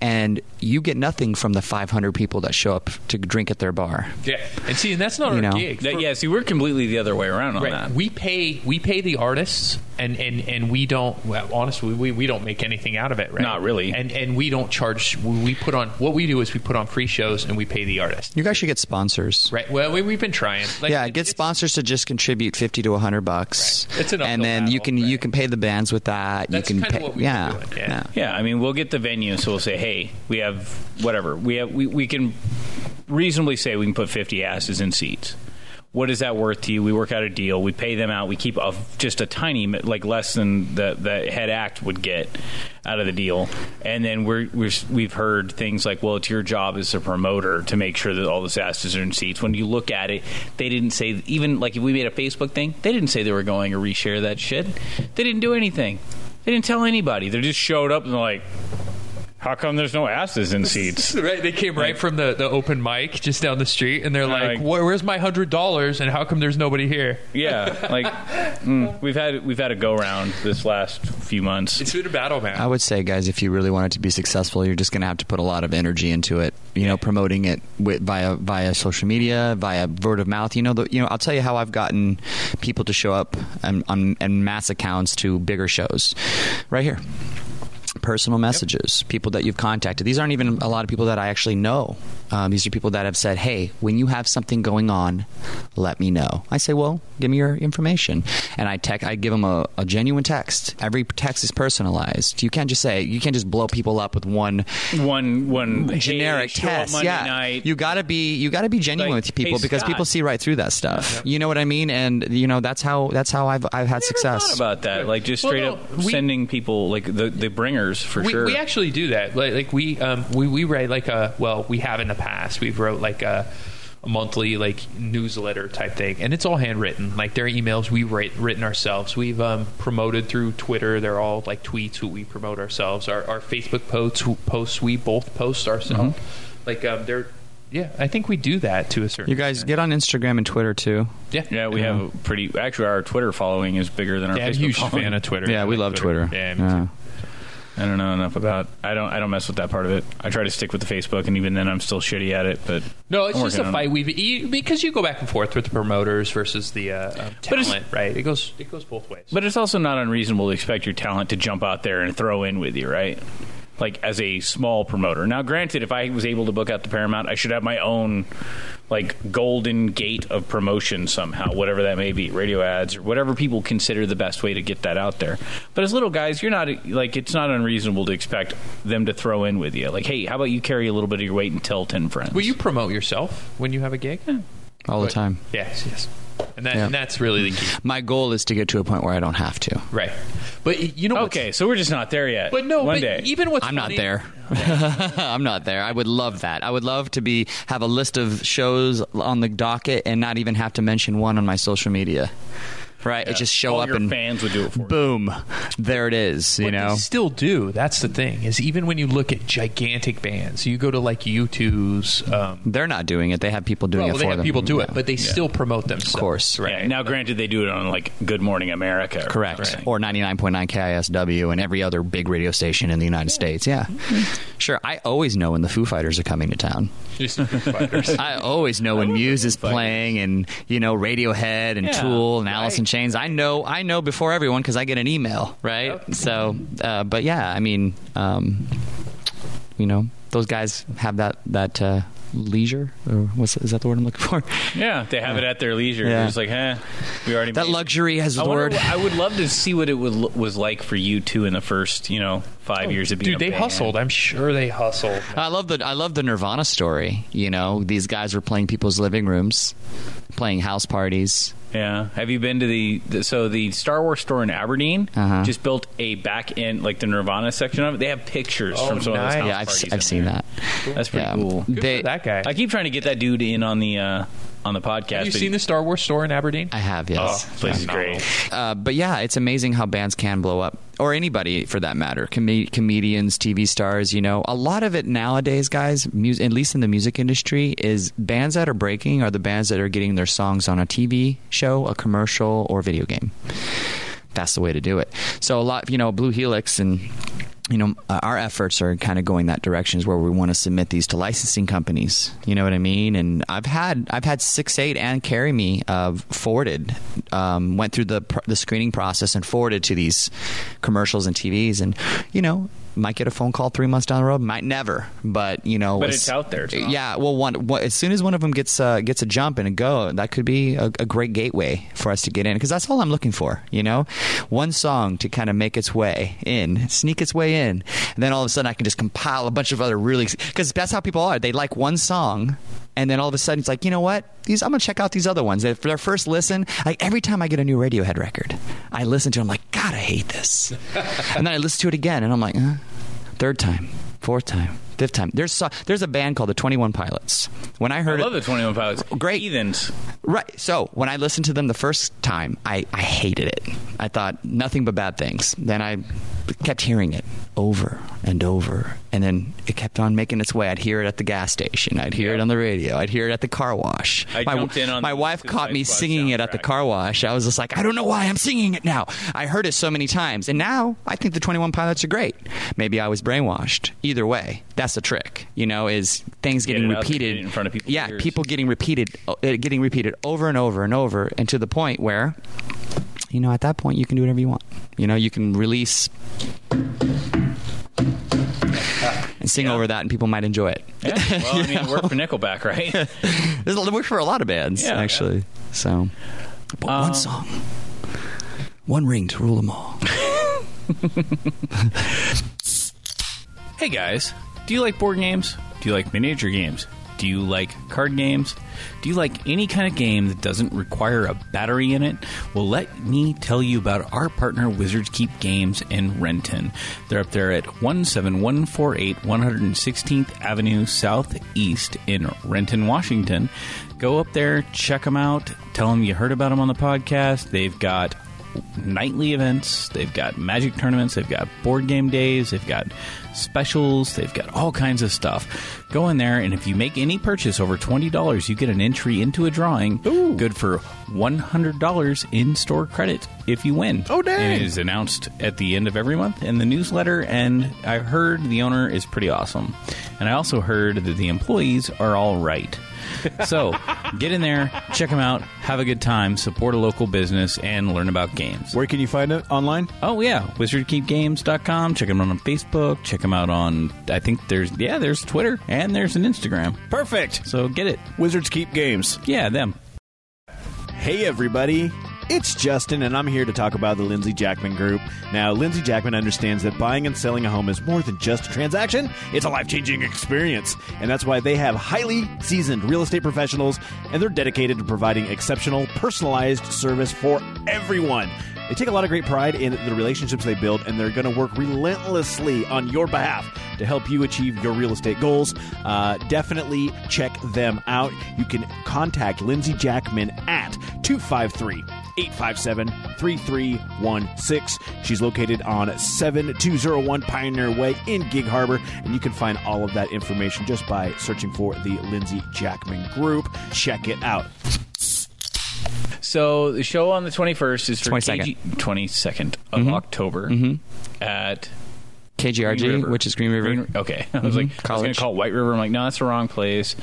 Speaker 11: and you get nothing from the 500 people that show up to drink at their bar.
Speaker 5: Yeah, and see, and that's not
Speaker 11: You
Speaker 5: our
Speaker 11: know.
Speaker 5: gig.
Speaker 10: That-
Speaker 5: For-
Speaker 10: yeah, see, we're completely the other way around on that.
Speaker 5: We pay we pay the artists and and and we don't well, honestly we, we don't make anything out of it right
Speaker 10: Not really.
Speaker 5: and and we don't charge we we put on what we do is we put on free shows and we pay the artists
Speaker 11: You guys should get sponsors.
Speaker 5: right well we, we've been trying like,
Speaker 11: yeah,
Speaker 5: it-
Speaker 11: get
Speaker 5: it's-
Speaker 11: sponsors to just contribute fifty to hundred bucks,
Speaker 5: Right. It's an uphill
Speaker 11: and then you
Speaker 5: battle,
Speaker 11: can you
Speaker 5: right.
Speaker 11: can pay the bands with that.
Speaker 5: That's
Speaker 11: you can
Speaker 5: kinda
Speaker 11: pay,
Speaker 5: what we were
Speaker 11: yeah,
Speaker 5: doing, yeah.
Speaker 4: Yeah, I mean, we'll get the venue, so we'll say, hey, we have whatever. We have we, we can reasonably say we can put 50 asses in seats. What is that worth to you? We work out a deal. We pay them out. We keep a, just a tiny, mi- like less than the, the head act would get out of the deal. And then we're, we're s- we've heard things like, well, it's your job as a promoter to make sure that all the asses are in seats. When you look at it, they didn't say even like if we made a Facebook thing, they didn't say they were going to reshare that shit. They didn't do anything. They didn't tell anybody. They just showed up and they're like, how come there's no asses in seats?
Speaker 5: Right, they came right from the, the open mic just down the street, and they're like,
Speaker 4: like-
Speaker 5: "Where- "Where's my hundred dollars? And how come there's nobody here?"
Speaker 4: Yeah, like mm, we've had we've had a go round this last few months.
Speaker 5: It's been a battle, man.
Speaker 11: I would say, guys, if you really want it to be successful, you're just going to have to put a lot of energy into it. You know, promoting it with, via via social media, via word of mouth. You know, the, you know, I'll tell you how I've gotten people to show up and, on and mass accounts to bigger shows, right here. Personal messages, people that you've contacted. These aren't even a lot of people that I actually know. Um, these are people that have said, "Hey, when you have something going on, let me know." I say, "Well, give me your information," and I tech. I give them a, a genuine text. Every text is personalized. You can't just say you can't just blow people up with one
Speaker 4: One one hey,
Speaker 11: generic
Speaker 4: show up
Speaker 11: test.
Speaker 4: Monday
Speaker 11: yeah,
Speaker 4: night.
Speaker 11: you gotta be you gotta be genuine
Speaker 4: Like,
Speaker 11: with people
Speaker 4: hey,
Speaker 11: because
Speaker 4: Scott.
Speaker 11: people see right through that stuff. You know what I mean? And you know that's how that's how I've I've had
Speaker 4: thought
Speaker 11: success.
Speaker 4: about that, like just
Speaker 5: Well,
Speaker 4: straight
Speaker 5: no,
Speaker 4: up
Speaker 5: we-
Speaker 4: sending people like the the bringers for
Speaker 5: we,
Speaker 4: sure.
Speaker 5: we actually do that. Like, like we, um, we we write like a well, we have in the past. We've wrote like a, a monthly like newsletter type thing, and it's all handwritten. Like their emails, we write written ourselves. We've um, promoted through Twitter. They're all like tweets who we promote ourselves. Our, our Facebook posts posts we both post ourselves.
Speaker 4: Mm-hmm.
Speaker 5: Like um, they're yeah, I think we do that to a certain.
Speaker 11: You guys get on Instagram and Twitter too.
Speaker 5: yeah,
Speaker 4: yeah, we have a pretty. Actually, our Twitter following is bigger than our
Speaker 5: Yeah, I'm a
Speaker 4: Facebook
Speaker 5: huge
Speaker 4: following.
Speaker 5: fan of Twitter.
Speaker 11: Yeah, we
Speaker 5: I like
Speaker 11: love Twitter.
Speaker 5: Yeah, me too.
Speaker 4: I don't know enough about. I don't. I don't mess with that part of it. I try to stick with the Facebook, and even then, I'm still shitty at it. But
Speaker 5: No, it's
Speaker 4: I'm
Speaker 5: just
Speaker 4: working
Speaker 5: a
Speaker 4: on
Speaker 5: fight
Speaker 4: it.
Speaker 5: we've you, because you go back and forth with the promoters versus the uh, um,
Speaker 4: But it's-
Speaker 5: talent, right? It goes it goes both ways.
Speaker 4: But it's also not unreasonable to expect your talent to jump out there and throw in with you, right? Like as a small promoter. Now, granted, if I was able to book out the Paramount, I should have my own like golden gate of promotion somehow, whatever that may be, radio ads or whatever people consider the best way to get that out there. But as little guys, you're not like it's not unreasonable to expect them to throw in with you. Like, hey, how about you carry a little bit of your weight and tell ten friends?
Speaker 5: Will you promote yourself when you have a gig?
Speaker 11: all the time.
Speaker 5: Yes, yes. And, that,
Speaker 11: Yeah.
Speaker 5: and that's really the key,
Speaker 11: My goal is to get to a point where I don't have to.
Speaker 5: right? But y- you know, what's-
Speaker 4: Okay, so we're just not there yet.
Speaker 5: But no,
Speaker 4: one
Speaker 5: but
Speaker 4: day.
Speaker 5: even what's
Speaker 11: I'm not
Speaker 5: funny-
Speaker 11: there. I'm not there. I would love that. I would love to be have a list of shows on the docket and not even have to mention one on my social media. Right? It just show
Speaker 4: all
Speaker 11: up
Speaker 4: your
Speaker 11: and
Speaker 4: fans would do it for you.
Speaker 11: boom, there it is. You
Speaker 5: what
Speaker 11: know,
Speaker 5: they still do. That's the thing is even when you look at gigantic bands, you go to like U2's. Um,
Speaker 11: they're not doing it. They have people doing
Speaker 5: well,
Speaker 11: it for
Speaker 5: they have
Speaker 11: them.
Speaker 5: people do
Speaker 11: Yeah.
Speaker 5: it, but they still promote themselves.
Speaker 11: course.
Speaker 5: right?
Speaker 4: Yeah, now, granted, they do it on like Good Morning America, or
Speaker 11: Correct.
Speaker 4: something.
Speaker 11: Or 99.9 KISW and every other big radio station in the United States. Yeah. Sure. I always know when the Foo Fighters are coming to town. I always know when Muse is playing and, you know, Radiohead and Tool and Alice in Chains. I know I know before everyone because I get an email, right? So, uh, but yeah, I mean, um, you know, those guys have that, that, uh, leisure or what's is that the word i'm looking for
Speaker 4: Yeah, they have it at their leisure.
Speaker 11: Yeah.
Speaker 4: They're just like, eh, we already
Speaker 11: that
Speaker 4: made it."
Speaker 11: luxury has
Speaker 4: I,
Speaker 11: the
Speaker 4: wonder
Speaker 11: word
Speaker 4: what- I would love to see what it was, was like for you two in the first, you know, five years of being.
Speaker 5: Oh, Dude,
Speaker 4: a
Speaker 5: they
Speaker 4: band.
Speaker 5: hustled. I'm sure they hustled.
Speaker 11: I love the I love the Nirvana story. You know, these guys were playing people's living rooms, playing house parties.
Speaker 4: Yeah. Have you been to the, the so the Star Wars store in Aberdeen
Speaker 11: Uh-huh.
Speaker 4: just built a back end like the Nirvana section of it. They have pictures
Speaker 5: Oh,
Speaker 4: from some of those.
Speaker 5: nice.
Speaker 4: house
Speaker 11: yeah, I've
Speaker 4: parties in
Speaker 11: I've seen
Speaker 4: there.
Speaker 11: that.
Speaker 4: That's pretty
Speaker 11: yeah,
Speaker 4: cool.
Speaker 5: Good
Speaker 11: They,
Speaker 5: for that guy.
Speaker 4: I keep trying to get that dude in on the uh, on the podcast.
Speaker 5: Have you
Speaker 4: but
Speaker 5: seen the Star Wars store in Aberdeen?
Speaker 11: I have yes.
Speaker 4: this place is great.
Speaker 11: Uh, but yeah, it's amazing how bands can blow up, or anybody for that matter, Com- comedians, TV stars. You know, a lot of it nowadays, guys, mus at least in the music industry, is bands that are breaking are the bands that are getting their songs on a TV show, a commercial, or video game. That's the way to do it. So a lot, you know, Blue Helix and. you know, uh, our efforts are kind of going that direction is where we want to submit these to licensing companies. You know what I mean? And I've had I've had six eight and carry me uh, forwarded, um, went through the pr- the screening process and forwarded to these commercials and TVs, and you know. Might get a phone call three months down the road. Might never, but you know,
Speaker 4: But
Speaker 11: as-
Speaker 4: it's out there, Tom.
Speaker 11: Yeah, well, one, one as soon as one of them gets uh, gets a jump and a go, that could be a, a great gateway for us to get in because that's all I'm looking for. You know, one song to kind of make its way in, sneak its way in, and then all of a sudden I can just compile a bunch of other really because that's how people are. They like one song. And then all of a sudden, it's like, you know what? These I'm gonna check out these other ones. If their first listen, like every time I get a new Radiohead record, I listen to. It, I'm like, God, I hate this. and then I listen to it again, and I'm like, huh? Third time, fourth time, fifth time. There's so, there's a band called the Twenty One Pilots. When I
Speaker 4: I
Speaker 11: heard
Speaker 4: love
Speaker 11: it,
Speaker 4: the 21 Pilots.
Speaker 11: Great.
Speaker 4: Heathens.
Speaker 11: right? So when I listened to them the first time, I I hated it. I thought nothing but bad things. Then I kept hearing it over and over, and then it kept on making its way. I'd hear it at the gas station. I'd hear it on the radio. I'd hear it at the car wash.
Speaker 4: I
Speaker 11: my
Speaker 4: jumped in on
Speaker 11: my
Speaker 4: the
Speaker 11: wife caught me
Speaker 4: Suicide Squad
Speaker 11: singing it at the
Speaker 4: soundtrack.
Speaker 11: car wash. I was just like, I don't know why I'm singing it now. I heard it so many times, and now I think the 21 Pilots are great. Maybe I was brainwashed. Either way, that's the trick. You know, is things
Speaker 4: Get
Speaker 11: getting
Speaker 4: it out there, get
Speaker 11: repeated
Speaker 4: it in front of people's
Speaker 11: Yeah,
Speaker 4: ears.
Speaker 11: people getting repeated, uh, getting repeated over and over and over, and to the point where. You know, at that point, you can do whatever you want. You know, you can release and sing over that, and people might enjoy it.
Speaker 4: Yeah. Well, I mean, it worked for Nickelback, right?
Speaker 11: This will work for a lot of bands,
Speaker 4: Yeah,
Speaker 11: actually. So, but
Speaker 4: Uh,
Speaker 11: one song, one ring to rule them all.
Speaker 4: Hey guys, do you like board games? Do you like miniature games? Do you like card games? Do you like any kind of game that doesn't require a battery in it? Well, let me tell you about our partner, Wizards Keep Games in Renton. They're up there at 17148 116th Avenue Southeast in Renton, Washington. Go up there, check them out, tell them you heard about them on the podcast. They've got nightly events. They've got magic tournaments. They've got board game days. They've got specials. They've got all kinds of stuff. Go in there, and if you make any purchase over $20, you get an entry into a drawing good for $100 in store credit if you win. Oh, dang. And it is announced at the end of every month in the newsletter, and I heard the owner is pretty awesome. And I also heard that the employees are all right. So get in there, check them out, have a good time, support a local business, and learn about games.
Speaker 12: Where can you find it online?
Speaker 4: Oh yeah, wizardkeepgames.com. Check them out on Facebook. Check them out on I think there's yeah there's Twitter and there's an Instagram.
Speaker 3: Perfect.
Speaker 4: So get it.
Speaker 3: Wizards keep games.
Speaker 4: Yeah, them.
Speaker 3: Hey, everybody. It's Justin, and I'm here to talk about the Lindsay Jackman Group. Now, Lindsay Jackman understands that buying and selling a home is more than just a transaction, it's a life changing experience. And that's why they have highly seasoned real estate professionals, and they're dedicated to providing exceptional, personalized service for everyone. They take a lot of great pride in the relationships they build, and they're going to work relentlessly on your behalf to help you achieve your real estate goals. Uh, definitely check them out. You can contact Lindsay Jackman at 253 857 3316. She's located on 7201 Pioneer Way in Gig Harbor, and you can find all of that information just by searching for the Lindsay Jackman Group. Check it out.
Speaker 4: So the show on the twenty first is for
Speaker 11: 22nd.
Speaker 4: twenty second of October at Green
Speaker 11: KGRG,
Speaker 4: River. Mm-hmm.
Speaker 11: which is Green River.
Speaker 4: Green- okay, I was
Speaker 11: Mhm.
Speaker 4: like, I was going
Speaker 11: College.
Speaker 4: to call it White River. I'm like, no, that's the wrong place.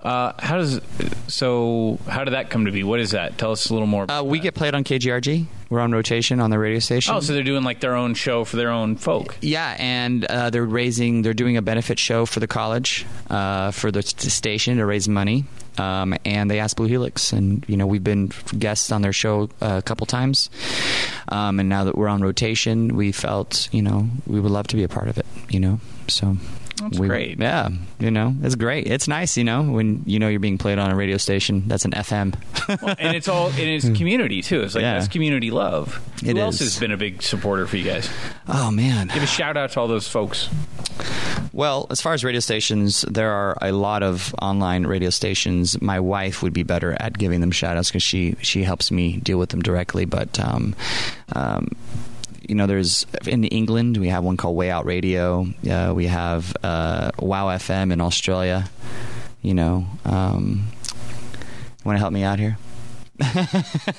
Speaker 4: Uh, how does so? How did that come to be? What is that? Tell us a little more. About
Speaker 11: Uh, we
Speaker 4: that.
Speaker 11: get played on KGRG. We're on rotation on the radio station.
Speaker 4: oh, so they're doing like their own show for their own folk.
Speaker 11: Yeah, and uh, they're raising, they're doing a benefit show for the college, uh, for the s- station to raise money. Um, and they asked Blue Helix, and you know we've been guests on their show uh, a couple times. Um, and now that we're on rotation, we felt you know we would love to be a part of it. You know, so
Speaker 4: That's
Speaker 11: we-
Speaker 4: great.
Speaker 11: Yeah, you know it's great. It's nice, you know, when you know you're being played on a radio station that's an FM.
Speaker 4: Well, and it's all and it's community too. It's like
Speaker 11: Hmm. Yeah.
Speaker 4: that's community love.
Speaker 11: It
Speaker 4: Who else
Speaker 11: is.
Speaker 4: has been a big supporter for you guys?
Speaker 11: oh man,
Speaker 4: Give a shout out to all those folks.
Speaker 11: Well, as far as radio stations, there are a lot of online radio stations. My wife would be better at giving them shout outs because she, she helps me deal with them directly. But, um, um, you know, there's in England, we have one called Way Out Radio. Uh, we have uh, Wow FM in Australia. You know, um, want to help me out here?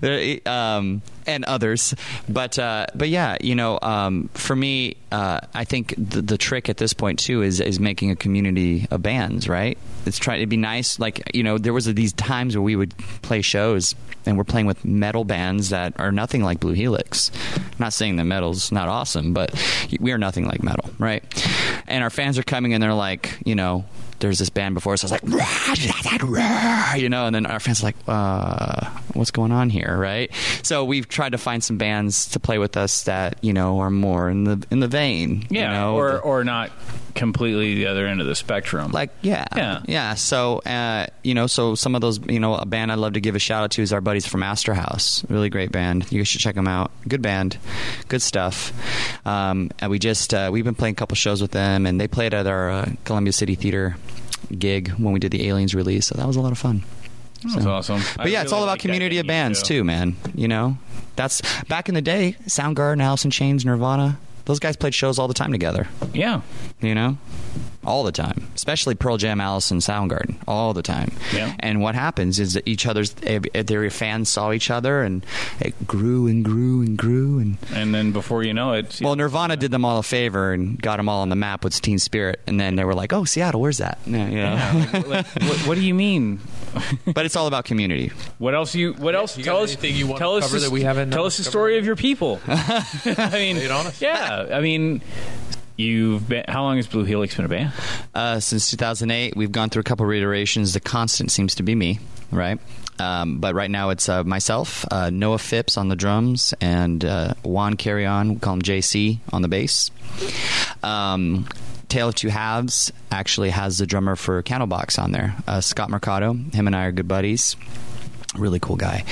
Speaker 11: There- um, and others. But uh, but yeah, you know, um, for me, uh, I think the, the trick at this point too is is making a community of bands. Right? It's trying. It'd be nice, like you know, there was these times where we would play shows and we're playing with metal bands that are nothing like Blue Helix. Not saying that metal's not awesome, but we are nothing like metal, right? And our fans are coming and they're like, you know. There's this band before us. I was like, you know, and then our fans are like, uh, what's going on here, right? So we've tried to find some bands to play with us that you know are more in the in the vein, you
Speaker 4: Yeah,
Speaker 11: know,
Speaker 4: or or not completely the other end of the spectrum.
Speaker 11: Like yeah,
Speaker 4: yeah,
Speaker 11: yeah. So uh, you know, so some of those, you know, a band I'd love to give a shout out to is our buddies from Astor House. Really great band. You should check them out. Good band, good stuff. Um, and we just uh, we've been playing a couple shows with them, and they played at our uh, Columbia City Theater gig when we did the Aliens release. So that was a lot of fun.
Speaker 4: That's awesome.
Speaker 11: But
Speaker 4: I
Speaker 11: yeah, it's
Speaker 4: really
Speaker 11: all about
Speaker 4: like that
Speaker 11: community of
Speaker 4: venue,
Speaker 11: bands
Speaker 4: too.
Speaker 11: too, man. You know, that's back in the day. Soundgarden, Alice in Chains, Nirvana. Those guys played shows all the time together.
Speaker 4: Yeah.
Speaker 11: You know, all the time. Especially Pearl Jam, Alice, and Soundgarden, all the time.
Speaker 4: Yeah.
Speaker 11: And what happens is that each other's their fans saw each other, and it grew and grew and grew and.
Speaker 4: And then before you know it,
Speaker 11: Well, Nirvana did them all a favor and got them all on the map with Teen Spirit, and then they were like, "Oh, Seattle, where's that?" Yeah, you know?
Speaker 4: what, do you mean?
Speaker 11: but it's all about community.
Speaker 4: What else you? What else?
Speaker 5: you got
Speaker 4: tell us.
Speaker 5: anything you want
Speaker 4: tell us
Speaker 5: to cover
Speaker 4: the,
Speaker 5: that we haven't,
Speaker 4: Tell
Speaker 5: uh,
Speaker 4: us the
Speaker 5: covered?
Speaker 4: story of your people. I mean, yeah. I mean, you've been. How long has Blue Helix been a band?
Speaker 11: Uh, since 2008, we've gone through a couple reiterations. The constant seems to be me, right? Um, but right now it's uh, myself, uh, Noah Phipps on the drums, and uh, Juan Carrion, we call him JC, on the bass. Um, Tale of Two Halves actually has the drummer for Candlebox on there, uh, Scott Mercado. Him and I are good buddies. Really cool guy.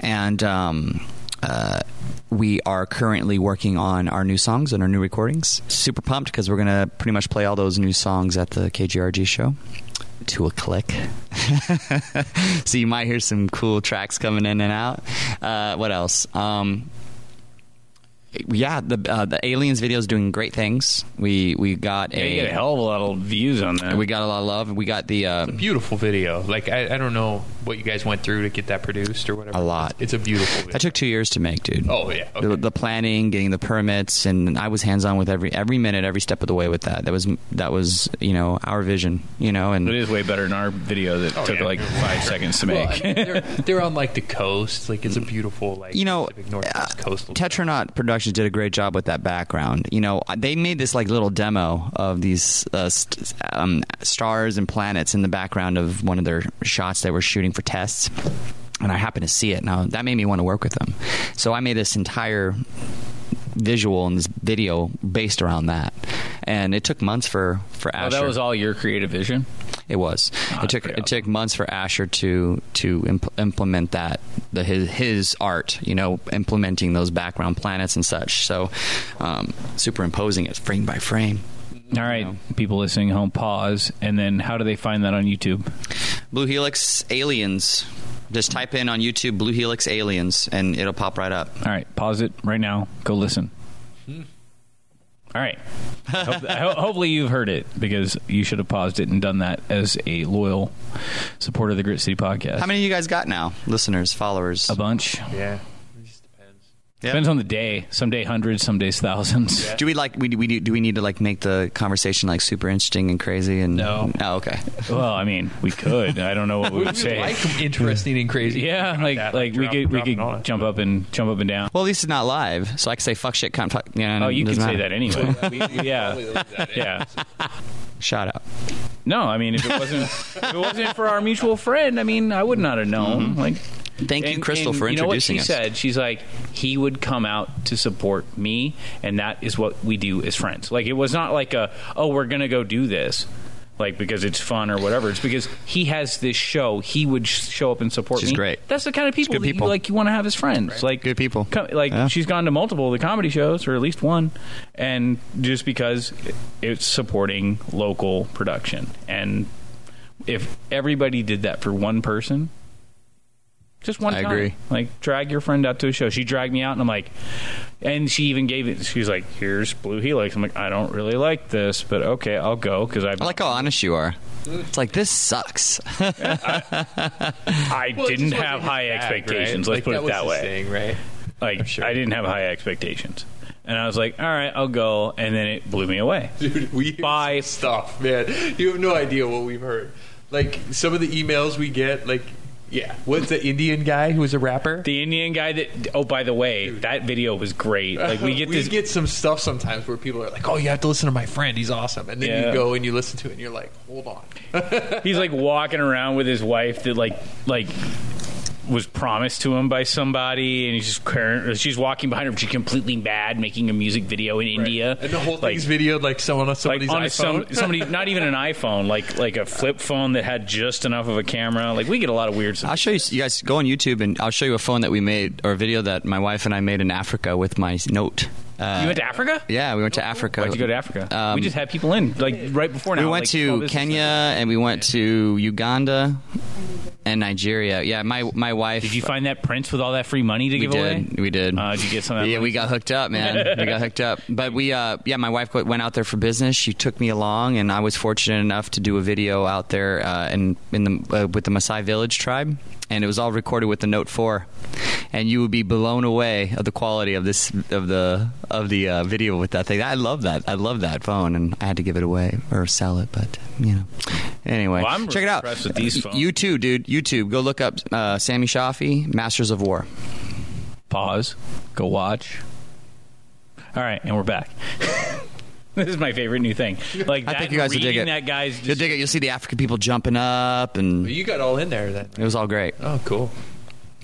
Speaker 11: And. Um, uh, we are currently working on our new songs and our new recordings. Super pumped because we're going to pretty much play all those new songs at the KGRG show to a click. so you might hear some cool tracks coming in and out. Uh, what else? Um, yeah, the uh, the aliens video is doing great things. We we got
Speaker 4: Yeah,
Speaker 11: a,
Speaker 4: you get a hell of a lot of views on that.
Speaker 11: We got a lot of love. We got the uh,
Speaker 5: beautiful video. Like I, I don't know what you guys went through to get that produced or whatever.
Speaker 11: a lot.
Speaker 5: It's a beautiful video.
Speaker 11: That took two years to make, dude.
Speaker 5: Oh, yeah,
Speaker 11: The, the planning, getting the permits, and I was hands on with every every minute, every step of the way with that. That was that was you know our vision, you know, and
Speaker 4: It is way better than our video that
Speaker 5: Oh,
Speaker 4: took like five seconds to
Speaker 5: Well,
Speaker 4: make.
Speaker 5: I mean, they're, they're on like the coast. Like it's a beautiful like
Speaker 11: You know, uh,
Speaker 5: Pacific Northwest coastal.
Speaker 11: Tetranaut Productions did a great job with that background. You know, they made this like little demo of these uh, st- um, stars and planets in the background of one of their shots they were shooting for tests. And I happened to see it. Now that made me want to work with them. So I made this entire visual and this video based around that. And it took months for for
Speaker 4: Oh,
Speaker 11: Asher.
Speaker 4: that was all your creative vision.
Speaker 11: It was.
Speaker 4: Ah,
Speaker 11: it took it took months for Asher to to imp- implement that the his his art. You know, implementing those background planets and such. So, um, superimposing it frame by frame.
Speaker 4: All right, people listening at home, pause, and then how do they find that on YouTube?
Speaker 11: Blue Helix aliens. Just type in on YouTube Blue Helix aliens, and it'll pop right up.
Speaker 4: All right, pause it right now. Go listen. Hmm. All right. Hope- ho- hopefully you've heard it because you should have paused it and done that as a loyal supporter of the Grit City podcast.
Speaker 11: How many of you guys got now? Listeners, followers.
Speaker 4: A bunch.
Speaker 5: Yeah.
Speaker 4: Depends on the day. Some day hundreds, some days thousands.
Speaker 11: Do we like we, we do, do we need to like make the conversation like super interesting and crazy and no oh okay
Speaker 4: Well, I mean, we could. I don't know what we would say.
Speaker 5: like interesting and crazy.
Speaker 4: yeah, like like we could we could jump up and jump up and down.
Speaker 11: well at least it's not live so I can say fuck shit cunt fuck you know,
Speaker 4: Oh, you
Speaker 11: it
Speaker 4: could
Speaker 11: Mm, doesn't
Speaker 4: say
Speaker 11: matter.
Speaker 4: that anyway. We- yeah, yeah.
Speaker 11: shout out
Speaker 4: No, I mean, if it wasn't if it wasn't for our mutual friend, I mean, I would not have known.
Speaker 11: Mm-hmm.
Speaker 4: Like,
Speaker 11: Thank you, Crystal, for
Speaker 4: you know what
Speaker 11: introducing
Speaker 4: she
Speaker 11: us.
Speaker 4: said? She's like, he would come out to support me, and that is what we do as friends. Like, it was not like a, oh, we're gonna go do this. Like because it's fun or whatever. It's because he has this show. He would sh- show up and support
Speaker 11: She's
Speaker 4: me.
Speaker 11: great.
Speaker 4: That's the kind of people,
Speaker 11: good
Speaker 4: that you,
Speaker 11: people.
Speaker 4: like you want to have as friends. Like
Speaker 11: Good people.
Speaker 4: co- like
Speaker 11: Yeah.
Speaker 4: she's gone to multiple of the comedy shows or at least one, and just because it's supporting local production and if everybody did that for one person, Just one
Speaker 11: I
Speaker 4: time.
Speaker 11: agree.
Speaker 4: Like, drag your friend out to a show. She dragged me out, and I'm like, and she even gave it. She's like, "Here's Blue Helix." I'm like, "I don't really like this, but okay, I'll go because I
Speaker 11: I like how honest you are. It's like this sucks.
Speaker 4: I
Speaker 5: Well, it
Speaker 4: didn't
Speaker 5: just
Speaker 4: have
Speaker 5: wasn't
Speaker 4: high
Speaker 5: bad, right?
Speaker 4: expectations.
Speaker 5: Like,
Speaker 4: Let's put
Speaker 5: that
Speaker 4: it
Speaker 5: was
Speaker 4: that
Speaker 5: the
Speaker 4: way.
Speaker 5: thing, right?
Speaker 4: Like, I didn't have high expectations, and I was like, "All right, I'll go," and then it blew me away.
Speaker 5: Dude, we hear
Speaker 4: Bye.
Speaker 5: some stuff, man. You have no idea what we've heard. Like some of the emails we get, like yeah, what's the Indian guy who was a rapper?
Speaker 4: The Indian guy that. Oh, by the way, that video was great. Like we get
Speaker 5: we
Speaker 4: this.
Speaker 5: get some stuff sometimes where people are like, "Oh, you have to listen to my friend; he's awesome." And then
Speaker 4: Yeah.
Speaker 5: you go and you listen to it, and you're like, "Hold on."
Speaker 4: he's like walking around with his wife that like like was promised to him by somebody, and he's just current. She's walking behind him. She's completely mad, making a music video in India.
Speaker 5: And the whole
Speaker 4: Like-
Speaker 5: thing's videoed like someone on somebody's
Speaker 4: like on a-
Speaker 5: iPhone.
Speaker 4: some, somebody, not even an iPhone, like like a flip phone that had just enough of a camera. Like we get a lot of weird stuff.
Speaker 11: I'll show you, you guys go on YouTube and I'll show you a phone that we made or a video that my wife and I made in Africa with my note. Uh,
Speaker 4: you went to Africa?
Speaker 11: Yeah, we went to Africa.
Speaker 4: Why'd you go to Africa?
Speaker 11: Um,
Speaker 4: we just had people in like right before now.
Speaker 11: we went
Speaker 4: like, small
Speaker 11: to
Speaker 4: business
Speaker 11: Kenya and we went to Uganda and Nigeria. Yeah, my my wife.
Speaker 4: Did you find that prince with all that free money to
Speaker 11: we
Speaker 4: give away?
Speaker 11: did. We did.
Speaker 4: Uh, did you get some of that
Speaker 11: yeah, we got hooked up, man. we got hooked up. But we, uh, yeah, my wife went went out there for business. She took me along, and I was fortunate enough to do a video out there uh, in in the uh, with the Maasai Village tribe, and it was all recorded with the Note Four. And you would be blown away of the quality of this of the of the uh, video with that thing. I love that. I love that phone, and I had to give it away or sell it, but you know. Anyway,
Speaker 4: Well, I'm
Speaker 11: check it out.
Speaker 4: impressed with these phones.
Speaker 11: You too, dude. YouTube. Go look up uh, Sammy Shafi, Masters of War.
Speaker 4: Pause. Go watch. All right, and we're back. this is my favorite new thing. Like
Speaker 11: I
Speaker 4: that,
Speaker 11: think you guys will
Speaker 4: reading
Speaker 11: dig it.
Speaker 4: that guy's.
Speaker 11: You'll dig it. You'll see the African people jumping up, and
Speaker 5: you got all in there then.
Speaker 11: it was all great. It
Speaker 5: Oh, cool.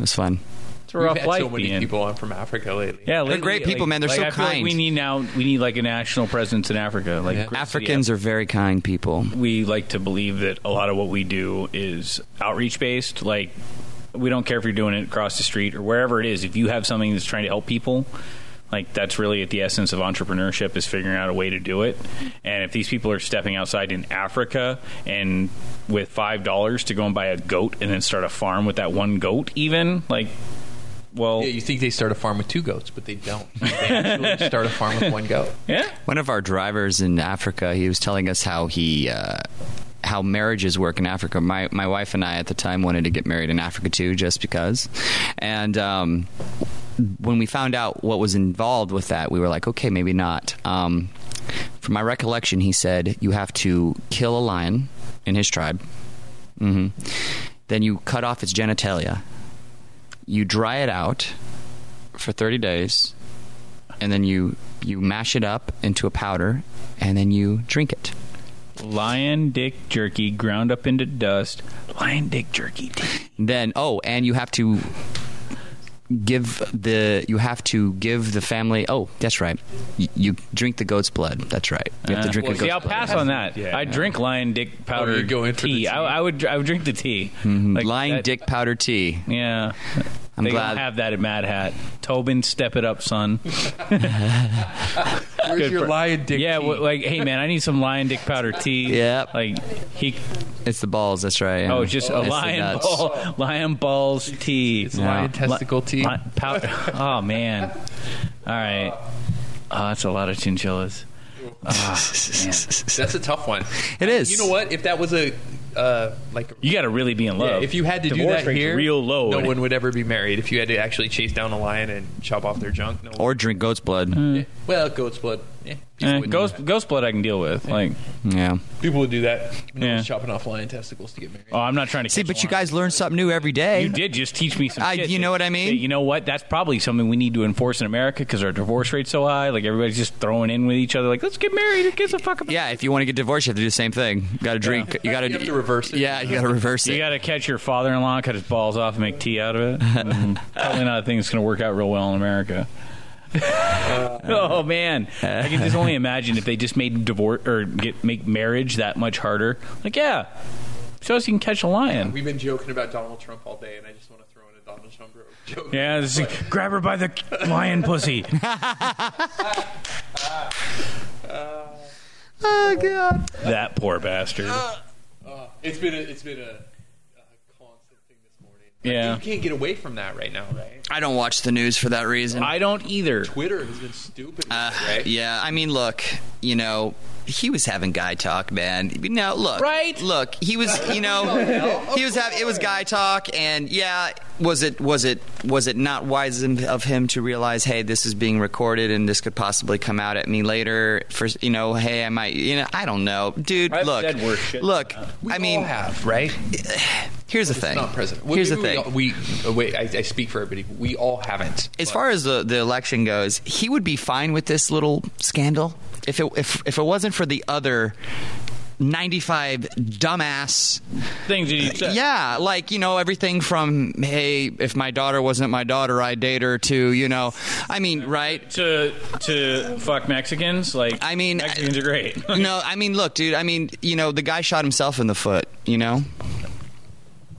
Speaker 11: was fun.
Speaker 4: it's a
Speaker 5: We've
Speaker 4: rough
Speaker 5: had
Speaker 4: life
Speaker 5: so many
Speaker 4: being-
Speaker 5: people on from Africa lately.
Speaker 4: Yeah,
Speaker 11: They're great people, man. They're
Speaker 4: like,
Speaker 11: so
Speaker 4: I feel like
Speaker 11: kind.
Speaker 4: we need now. We need like a national presence in Africa. Like great-
Speaker 11: Africans are very kind people.
Speaker 4: we like to believe that a lot of what we do is outreach based. Like, we don't care if you're doing it across the street or wherever it is. If you have something that's trying to help people, like that's really at the essence of entrepreneurship is figuring out a way to do it. And if these people are stepping outside in Africa and with five dollars to go and buy a goat and then start a farm with that one goat, even like, well,
Speaker 5: Yeah, you think they start a farm with two goats, but they don't. They actually start a farm with one goat.
Speaker 4: yeah.
Speaker 11: One of our drivers in Africa, he was telling us how he. Uh, how marriages work in Africa. My my wife and I at the time wanted to get married in Africa too, just because. And um, when we found out what was involved with that, we were like, okay, maybe not. Um, from my recollection, he said you have to kill a lion in his tribe. hmm Then you cut off its genitalia. You dry it out for thirty days and then you you mash it up into a powder and then you drink it.
Speaker 4: Lion dick jerky ground up into dust. Lion dick jerky.
Speaker 11: Then oh, and you have to give the you have to give the family oh that's right you, you drink the goat's blood that's right you have to
Speaker 4: Uh,
Speaker 11: drink the
Speaker 4: See,
Speaker 11: goat's
Speaker 4: I'll
Speaker 11: blood
Speaker 4: pass on that.
Speaker 5: Yeah. Oh,
Speaker 4: I drink lion dick powder
Speaker 5: you go in for the
Speaker 4: tea.
Speaker 5: tea.
Speaker 4: I, I would. I would drink the tea. Like
Speaker 11: lying
Speaker 4: that-
Speaker 11: Mm-hmm. dick powder tea
Speaker 4: Yeah.
Speaker 11: I'm
Speaker 4: they
Speaker 11: glad-
Speaker 4: don't have that at Mad Hat. Tobin, step it up, son.
Speaker 5: Where's your lion dick?
Speaker 4: yeah,
Speaker 5: tea?
Speaker 4: w- like, hey man, I need some lion dick powder tea.
Speaker 11: Yep.
Speaker 4: Like he.
Speaker 11: it's the balls that's right yeah.
Speaker 4: Oh, it's just a
Speaker 11: It's the
Speaker 4: lion
Speaker 11: nuts.
Speaker 4: ball. Lion balls tea.
Speaker 5: It's lion testicle tea.
Speaker 4: Li- pow- oh man. All right. Oh, that's a lot of chinchillas.
Speaker 5: Ah, That's a tough one.
Speaker 11: It is.
Speaker 5: You know what? If that was a uh, like,
Speaker 4: You got to really be in
Speaker 5: yeah,
Speaker 4: love.
Speaker 5: if you had to
Speaker 4: Divorce
Speaker 5: do that
Speaker 4: rate's
Speaker 5: here,
Speaker 4: real low.
Speaker 5: No one would ever be married. If you had to actually chase down a lion and chop off their junk, no.
Speaker 11: or drink goat's blood
Speaker 4: Hmm.
Speaker 5: yeah. well, goat's blood. Yeah, people
Speaker 4: Eh,
Speaker 5: would do
Speaker 4: ghost,
Speaker 5: that.
Speaker 4: ghost blood I can deal with. Like,
Speaker 11: yeah
Speaker 5: People would do that. No
Speaker 4: Yeah.
Speaker 5: one's chopping off lion testicles to get married.
Speaker 4: oh, I'm not trying to
Speaker 11: see
Speaker 4: catch
Speaker 11: but you
Speaker 4: one.
Speaker 11: guys learn something new every day
Speaker 4: You did just teach me some.
Speaker 11: I-
Speaker 4: shit
Speaker 11: you know
Speaker 4: that-
Speaker 11: what I mean?
Speaker 4: that, you know what? That's probably something we need to enforce in America because our divorce rate's so high. Like everybody's just throwing in with each other. Like let's get married. Who gives a fuck about?
Speaker 11: yeah if you want to get divorced you have to do the same thing you gotta drink you gotta
Speaker 5: You have to reverse it.
Speaker 11: yeah you gotta reverse
Speaker 4: You
Speaker 11: it
Speaker 4: got to catch your father-in-law, cut his balls off, and make tea out of it. Mm, probably not a thing that's going to work out real well in America. oh man, I can just only imagine if they just made divorce or get make marriage that much harder. Like yeah, so us you can catch a lion.
Speaker 5: We've been joking about Donald Trump all day, and I just want to throw in a Donald Trump joke.
Speaker 4: Yeah, it's like, grab her by the lion pussy. oh
Speaker 5: Oh,
Speaker 4: god, that poor bastard.
Speaker 5: Uh, it's been a, it's been a, uh constant thing this morning.
Speaker 4: Yeah.
Speaker 5: You can't get away from that right now, right?
Speaker 11: I don't watch the news for that reason. Uh,
Speaker 4: I don't either.
Speaker 5: Twitter has been stupid, right?
Speaker 11: Yeah, I mean, look, you know, he was having guy talk, man. No, look,
Speaker 4: Right?
Speaker 11: Look, he was, you know, he was having it was guy talk, and yeah, was it was it was it not wise in- of him to realize, hey, this is being recorded, and this could possibly come out at me later for you know, hey, I might, you know, I don't know, dude.
Speaker 4: I've
Speaker 11: look,
Speaker 4: said worse shit Uh, than
Speaker 11: look,
Speaker 4: that.
Speaker 5: We
Speaker 11: I mean,
Speaker 5: all have, right?
Speaker 11: here's the thing.
Speaker 5: Not president. Well,
Speaker 11: Here's the
Speaker 5: maybe
Speaker 11: thing.
Speaker 5: We, all, we uh, wait. I, I speak for everybody. We all haven't. But
Speaker 11: as far as the, the election goes, he would be fine with this little scandal if it if if it wasn't for the other. 95 dumbass
Speaker 4: Things that you said.
Speaker 11: yeah like you know everything from hey if my daughter wasn't my daughter i'd date her to you know i mean right
Speaker 4: To to fuck Mexicans, like
Speaker 11: I mean,
Speaker 4: Mexicans are great.
Speaker 11: no i mean look dude i mean you know the guy shot himself in the foot you know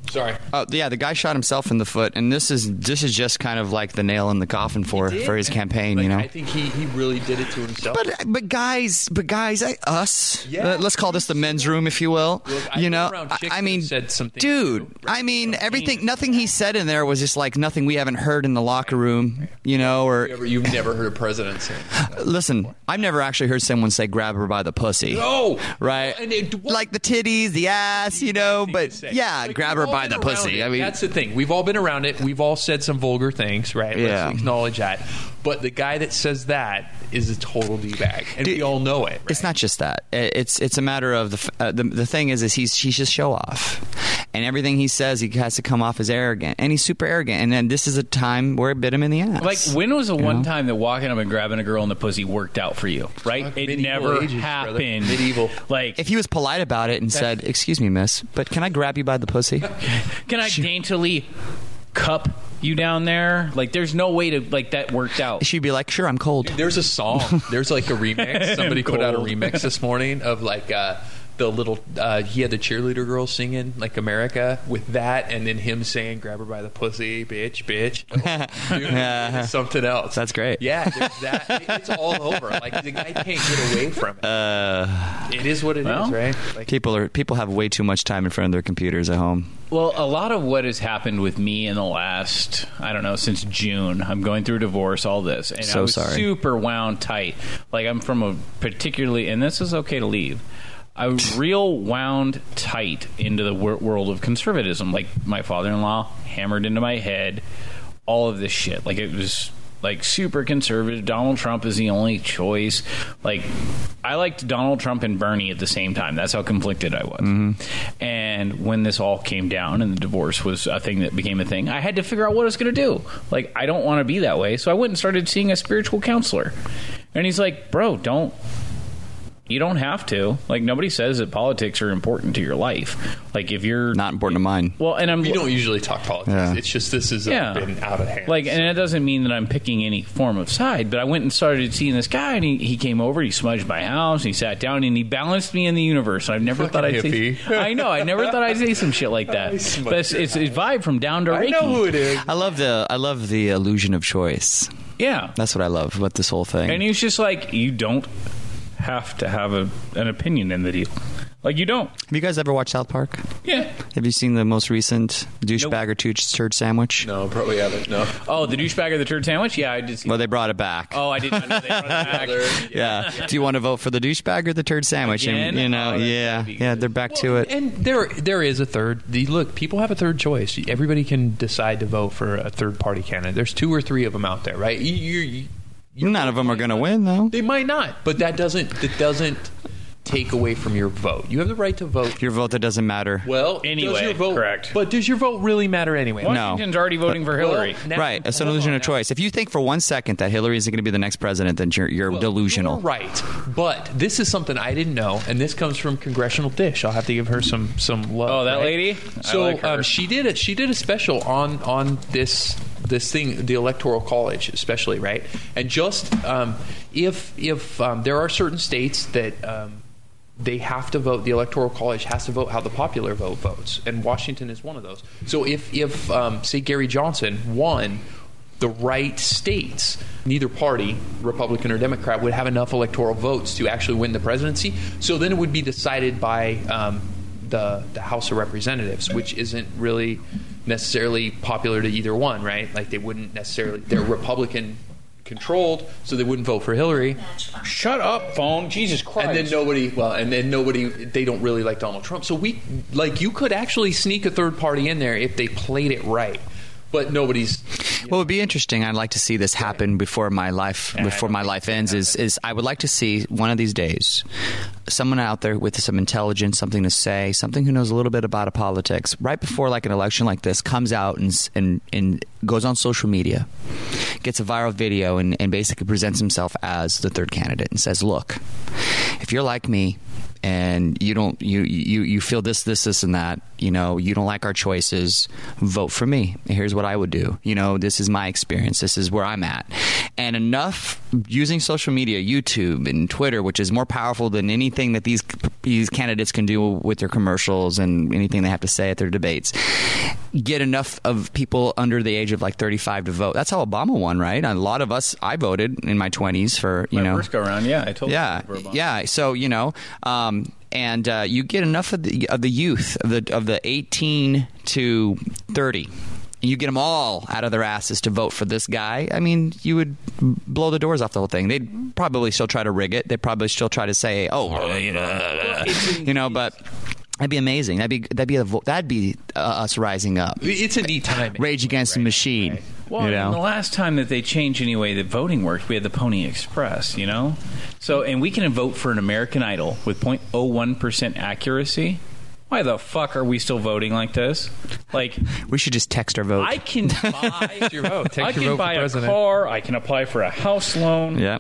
Speaker 5: sorry,
Speaker 11: Oh yeah, the guy shot himself in the foot, and this is this is just kind of like the nail in the coffin for for his campaign,
Speaker 5: Like,
Speaker 11: you know.
Speaker 5: I think he, he really did it to himself.
Speaker 11: But but guys, but guys, I, us.
Speaker 5: Yeah.
Speaker 11: uh, let's call this the men's room, if you will.
Speaker 5: Look, I
Speaker 11: you
Speaker 5: went
Speaker 11: know,
Speaker 5: around
Speaker 11: I,
Speaker 5: chicks
Speaker 11: I
Speaker 5: that
Speaker 11: mean,
Speaker 5: said something
Speaker 11: dude.
Speaker 5: to-
Speaker 11: I mean, everything. Nothing he said in there was just like nothing we haven't heard in the locker room. You know, or
Speaker 5: You ever- you've never heard a president saying, that.
Speaker 11: listen, I've never actually heard someone say "grab her by the pussy."
Speaker 5: "No,
Speaker 11: Right,
Speaker 5: And it- what
Speaker 11: like the titties, the ass, you know,
Speaker 5: thing to
Speaker 11: but
Speaker 5: say.
Speaker 11: yeah,
Speaker 5: Like, we've
Speaker 11: grab her
Speaker 5: all
Speaker 11: by
Speaker 5: been
Speaker 11: the
Speaker 5: around
Speaker 11: pussy.
Speaker 5: it.
Speaker 11: I mean,
Speaker 5: that's the thing. We've all been around it. We've all said some vulgar things, right?
Speaker 11: Yeah.
Speaker 5: Let's acknowledge that. But the guy that says that is a total d bag, and
Speaker 11: Dude,
Speaker 5: we all know it.
Speaker 11: It's not just that. I- It's it's a matter of the f- uh, the, the thing is is he's he's just show off, and everything he says he has to come off as arrogant, and he's super arrogant. And then this is a time where it bit him in the ass.
Speaker 4: Like when was the one time that walking up and grabbing a girl in the pussy worked out for you? Right?
Speaker 5: Fuck,
Speaker 4: it
Speaker 5: medieval
Speaker 4: never
Speaker 5: ages, brother.
Speaker 4: happened.
Speaker 5: Medieval.
Speaker 4: Like
Speaker 11: if he was polite about it and said, "Excuse me, miss, but can I grab you by the pussy?"
Speaker 4: can I daintily cup you down there? Like there's no way to like that worked out.
Speaker 11: She'd be like, "Sure, I'm cold."
Speaker 5: There's a song. There's like a remix. Somebody put out a
Speaker 4: Gold.
Speaker 5: remix this morning of like uh, the little. Uh, he had the cheerleader girl singing like America with that, and then him saying "Grab her by the pussy, bitch, bitch." Oh, dude, it's something else.
Speaker 11: That's great.
Speaker 5: Yeah, there's that. It- it's all over. Like the guy can't get away from it.
Speaker 11: Uh,
Speaker 5: it is what it is,
Speaker 4: well,
Speaker 5: right? Like,
Speaker 11: People are people have way too much time in front of their computers at home.
Speaker 4: Well, a lot of what has happened with me in the last, I don't know, since June, I'm going through a divorce, all this. And
Speaker 11: So
Speaker 4: I was
Speaker 11: sorry.
Speaker 4: super wound tight. Like, I'm from a particularly, and this is okay to leave. I was real wound tight into the wor- world of conservatism. Like, my father in law hammered into my head all of this shit. Like, it was like super conservative. Donald Trump is the only choice. Like, I liked Donald Trump and Bernie at the same time. That's how conflicted I was. And when this all came down and the divorce was a thing that became a thing, I had to figure out what I was going to do. Like, I don't want to be that way. So I went and started seeing a spiritual counselor. And he's like, bro, don't you don't have to. Like nobody says that politics are important to your life. Like if you're
Speaker 11: Not important to mine.
Speaker 4: well, and I'm
Speaker 5: we don't usually talk politics.
Speaker 11: Yeah.
Speaker 5: It's just this has uh, been out of hand.
Speaker 4: like, and it doesn't mean that I'm picking any form of side, but I went and started seeing this guy, and he, he came over, he smudged my house, he sat down, and he balanced me in the universe. And I've never thought I'd
Speaker 5: hippie.
Speaker 4: say. I know, I never thought I'd say some shit like that.
Speaker 5: smudged
Speaker 4: But it's, it's, it's vibe from down to Reiki.
Speaker 5: I know who it is.
Speaker 11: I love the I love the illusion of choice.
Speaker 4: Yeah,
Speaker 11: That's what I love about this whole thing.
Speaker 4: and he was just like, you don't have to have a, an opinion in the deal. Like you don't.
Speaker 11: have you guys ever watched South Park?
Speaker 4: Yeah.
Speaker 11: Have you seen the most recent douchebag or two church sandwich?
Speaker 5: No, probably haven't. No.
Speaker 4: Oh, the douchebag or the turd sandwich? Yeah, I did see.
Speaker 11: Well, they brought it back.
Speaker 4: Oh, I didn't know they brought it back.
Speaker 11: yeah. Do you want to vote for the douchebag or the turd sandwich? And,
Speaker 4: Again?
Speaker 11: you know,
Speaker 4: Oh, that's
Speaker 11: yeah,
Speaker 4: gotta be
Speaker 11: yeah,
Speaker 4: good.
Speaker 11: they're back
Speaker 5: Well,
Speaker 11: to it.
Speaker 5: And there, there is a third. The, look, people have a third choice. Everybody can decide to vote for a third party candidate. There's two or three of them out there, right? You, you, you,
Speaker 11: None of them are going to win, though.
Speaker 5: they might not, but that doesn't that doesn't take away from your vote. You have the right to vote.
Speaker 11: Your vote that doesn't matter.
Speaker 5: well, does
Speaker 4: Anyway,
Speaker 5: your vote,
Speaker 4: correct.
Speaker 5: But does your vote really matter anyway?
Speaker 11: No.
Speaker 4: Washington's already voting for Hillary.
Speaker 5: Well, now-
Speaker 11: right, it's an
Speaker 5: hold
Speaker 11: illusion
Speaker 5: on
Speaker 11: of
Speaker 5: now.
Speaker 11: choice. If you think for one second that Hillary isn't going to be the next president, then you're, you're
Speaker 5: Well,
Speaker 11: delusional.
Speaker 5: you're right, but this is something I didn't know, and this comes from Congressional Dish. I'll have to give her some some love.
Speaker 4: Oh, that
Speaker 5: right?
Speaker 4: lady? I
Speaker 5: So
Speaker 4: like her.
Speaker 5: um, she did it. She did a special on on this this thing, the Electoral College, especially right. And just um, if if um, there are certain states that. Um, they have to vote. The electoral college has to vote how the popular vote votes, and Washington is one of those. So if, if um, say Gary Johnson won, the right states, neither party, Republican or Democrat, would have enough electoral votes to actually win the presidency. So then it would be decided by um, the the House of Representatives, which isn't really necessarily popular to either one, right? Like they wouldn't necessarily they're Republican controlled, so they wouldn't vote for Hillary. Shut up, phone. Jesus Christ. And then nobody well, and then nobody they don't really like Donald Trump. So we like you could actually sneak a third party in there if they played it right. But nobody's
Speaker 11: Well, it'd be interesting. I'd like to see this happen before my life before my life ends. Is is I would like to see one of these days someone out there with some intelligence, something to say, something who knows a little bit about a politics, right before like an election like this comes out and s- and and goes on social media, gets a viral video, and, and basically presents himself as the third candidate and says, "Look, if you're like me." And you don't you you you feel this this this and that you know you don't like our choices vote for me here's what I would do you know this is my experience this is where I'm at and enough using social media YouTube and Twitter which is more powerful than anything that these these candidates can do with their commercials and anything they have to say at their debates get enough of people under the age of like 35 to vote that's how Obama won right a lot of us I voted in my 20s for you know
Speaker 4: First go around, yeah, I told
Speaker 11: yeah,
Speaker 4: you.
Speaker 11: yeah. So you know, um, and uh, you get enough of the of the youth of the of the eighteen to thirty. You get them all out of their asses to vote for this guy. I mean, you would blow the doors off the whole thing. They'd probably still try to rig it. They'd probably still try to say, "Oh, you know," you know, but. That'd be amazing. That'd be that'd be a, vo- that'd be uh, us rising up.
Speaker 5: It's a neat time.
Speaker 11: Rage Against the Machine.
Speaker 4: Well,
Speaker 11: you know?
Speaker 4: and the last time that they changed any way that voting worked, we had the Pony Express, you know? So, and we can vote for an American Idol with 0.01% accuracy. Why the fuck are we still voting like this? Like,
Speaker 11: we should just text our vote.
Speaker 4: I can buy your vote.
Speaker 5: Text
Speaker 4: I
Speaker 5: your
Speaker 4: can
Speaker 5: vote for
Speaker 4: buy a
Speaker 5: president.
Speaker 4: car. I can apply for a house loan.
Speaker 11: yeah,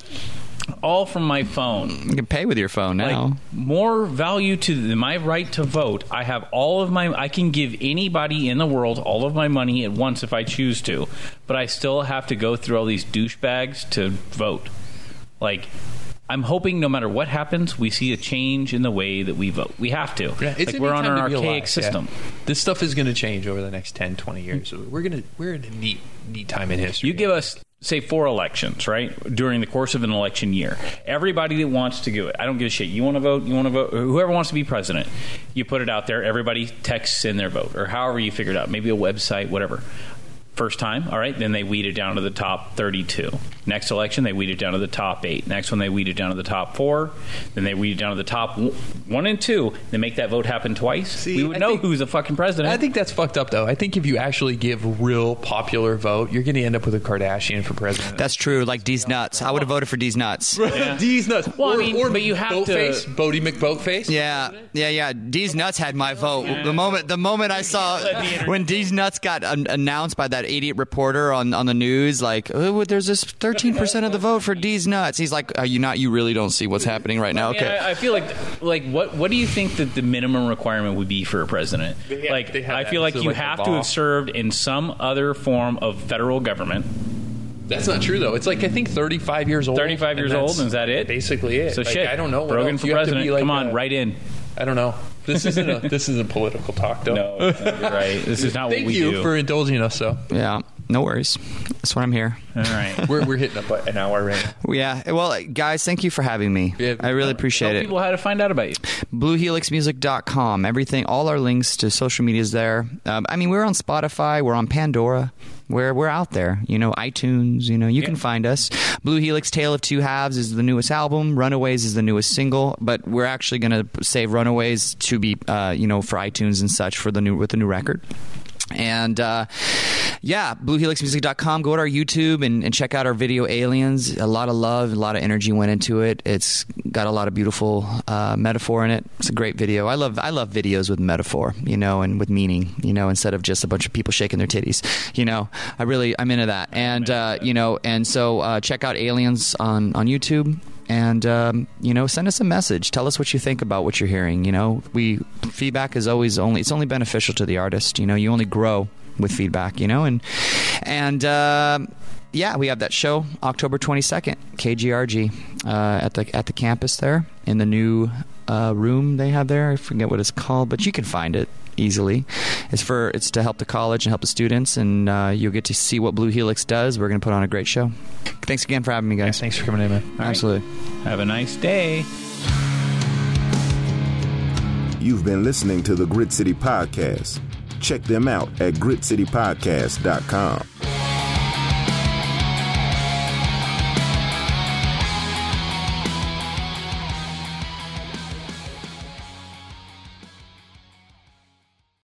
Speaker 4: All from my phone.
Speaker 11: you can pay with your phone now.
Speaker 4: Like more value to the, my right to vote. I have all of my. I can give anybody in the world all of my money at once if I choose to, but I still have to go through all these douchebags to vote. Like. I'm hoping no matter what happens, we see a change in the way that we vote. We have to.
Speaker 5: Yeah, it's
Speaker 4: like
Speaker 5: a
Speaker 4: we're
Speaker 5: neat
Speaker 4: on
Speaker 5: time
Speaker 4: an
Speaker 5: to be alive,
Speaker 4: archaic
Speaker 5: yeah.
Speaker 4: system.
Speaker 5: This stuff is going to change over the next 10, 20 years. So we're going to we're in a neat neat time in history.
Speaker 4: You give us, say, four elections, right? During the course of an election year. Everybody that wants to do it, I don't give a shit. You want to vote, you want to vote, whoever wants to be president, you put it out there. Everybody texts in their vote, or however you figure it out, maybe a website, whatever. First time, all right, then they weed it down to the top 32. Next election, they weed it down to the top eight. Next one, they weed it down to the top four. Then they weed it down to the top w- one and two. They make that vote happen twice. we would
Speaker 5: I
Speaker 4: know
Speaker 5: think-
Speaker 4: who's the fucking president.
Speaker 5: I think that's fucked up though. I think if you actually give real popular vote, you're going to end up with a Kardashian for president.
Speaker 11: That's true. Like D's nuts. I would have voted for D's nuts.
Speaker 5: D's nuts.
Speaker 4: Well, I mean, but you have to-
Speaker 5: Boatface, Bodie McBoatface.
Speaker 11: Yeah, yeah, yeah. D's nuts had my vote. The moment, the moment I saw when D's nuts got an announced by that idiot reporter on, on the news, like, oh, well, there's this 13 percent of the vote for D's nuts. He's like, are you not? You really don't see what's happening right now?
Speaker 4: I mean,
Speaker 11: Okay.
Speaker 4: I, I feel like like what what do you think that the minimum requirement would be for a president?
Speaker 5: They-
Speaker 4: like
Speaker 5: they have
Speaker 4: I
Speaker 5: that.
Speaker 4: feel like
Speaker 5: So,
Speaker 4: you
Speaker 5: like, the
Speaker 4: have
Speaker 5: law.
Speaker 4: to have served in some other form of federal government.
Speaker 5: That's not true though. It's like I think 35 years old.
Speaker 4: 35 years
Speaker 5: and
Speaker 4: old,
Speaker 5: that's
Speaker 4: and is that it?
Speaker 5: Basically it.
Speaker 4: So
Speaker 5: Like,
Speaker 4: shit,
Speaker 5: I don't know. what
Speaker 4: Brogan
Speaker 5: else.
Speaker 4: for
Speaker 5: You have to be
Speaker 4: president.
Speaker 5: like uh,
Speaker 4: Come on,
Speaker 5: a-
Speaker 4: right in.
Speaker 5: I don't know. This isn't a this isn't political talk though.
Speaker 4: No, you're right. This is not
Speaker 5: Thank
Speaker 4: what we
Speaker 5: you
Speaker 4: do.
Speaker 5: for indulging us though.
Speaker 11: yeah. No worries. That's why I'm here.
Speaker 4: All right.
Speaker 5: We're, we're hitting up an hour right now.
Speaker 11: Yeah. Well, guys, thank you for having me.
Speaker 5: Yeah,
Speaker 11: I really appreciate
Speaker 4: Tell
Speaker 11: it.
Speaker 4: people how to find out about you.
Speaker 11: bluehelixmusic.com. Everything, all our links to social media is there. Um, I mean, we're on Spotify, we're on Pandora, we're, we're out there. You know, iTunes, you know, you can find us. Blue Helix Tale of Two Halves is the newest album, Runaways is the newest single, but we're actually going to save Runaways to be, uh, you know, for iTunes and such for the new, with the new record. And uh, yeah, bluehelixmusic.com. Go to our YouTube and, and check out our video Aliens. A lot of love, a lot of energy went into it. It's got a lot of beautiful uh, metaphor in it. It's a great video. I love I love videos with metaphor, you know, and with meaning, you know, instead of just a bunch of people shaking their titties. You know, I really I'm into that. And uh, you know, and so uh, check out Aliens on on YouTube and um, you know send us a message tell us what you think about what you're hearing you know we feedback is always only it's only beneficial to the artist you know you only grow with feedback you know and and uh, yeah we have that show october 22nd kgrg uh, at the at the campus there in the new uh, room they have there i forget what it's called but you can find it easily it's for it's to help the college and help the students and uh, you'll get to see what blue helix does we're going to put on a great show thanks again for having me guys
Speaker 5: Thanks for coming in, man.
Speaker 11: absolutely
Speaker 4: Have a nice day.
Speaker 13: You've been listening to the Grid City Podcast.
Speaker 7: Check them out at gritcitypodcast.com.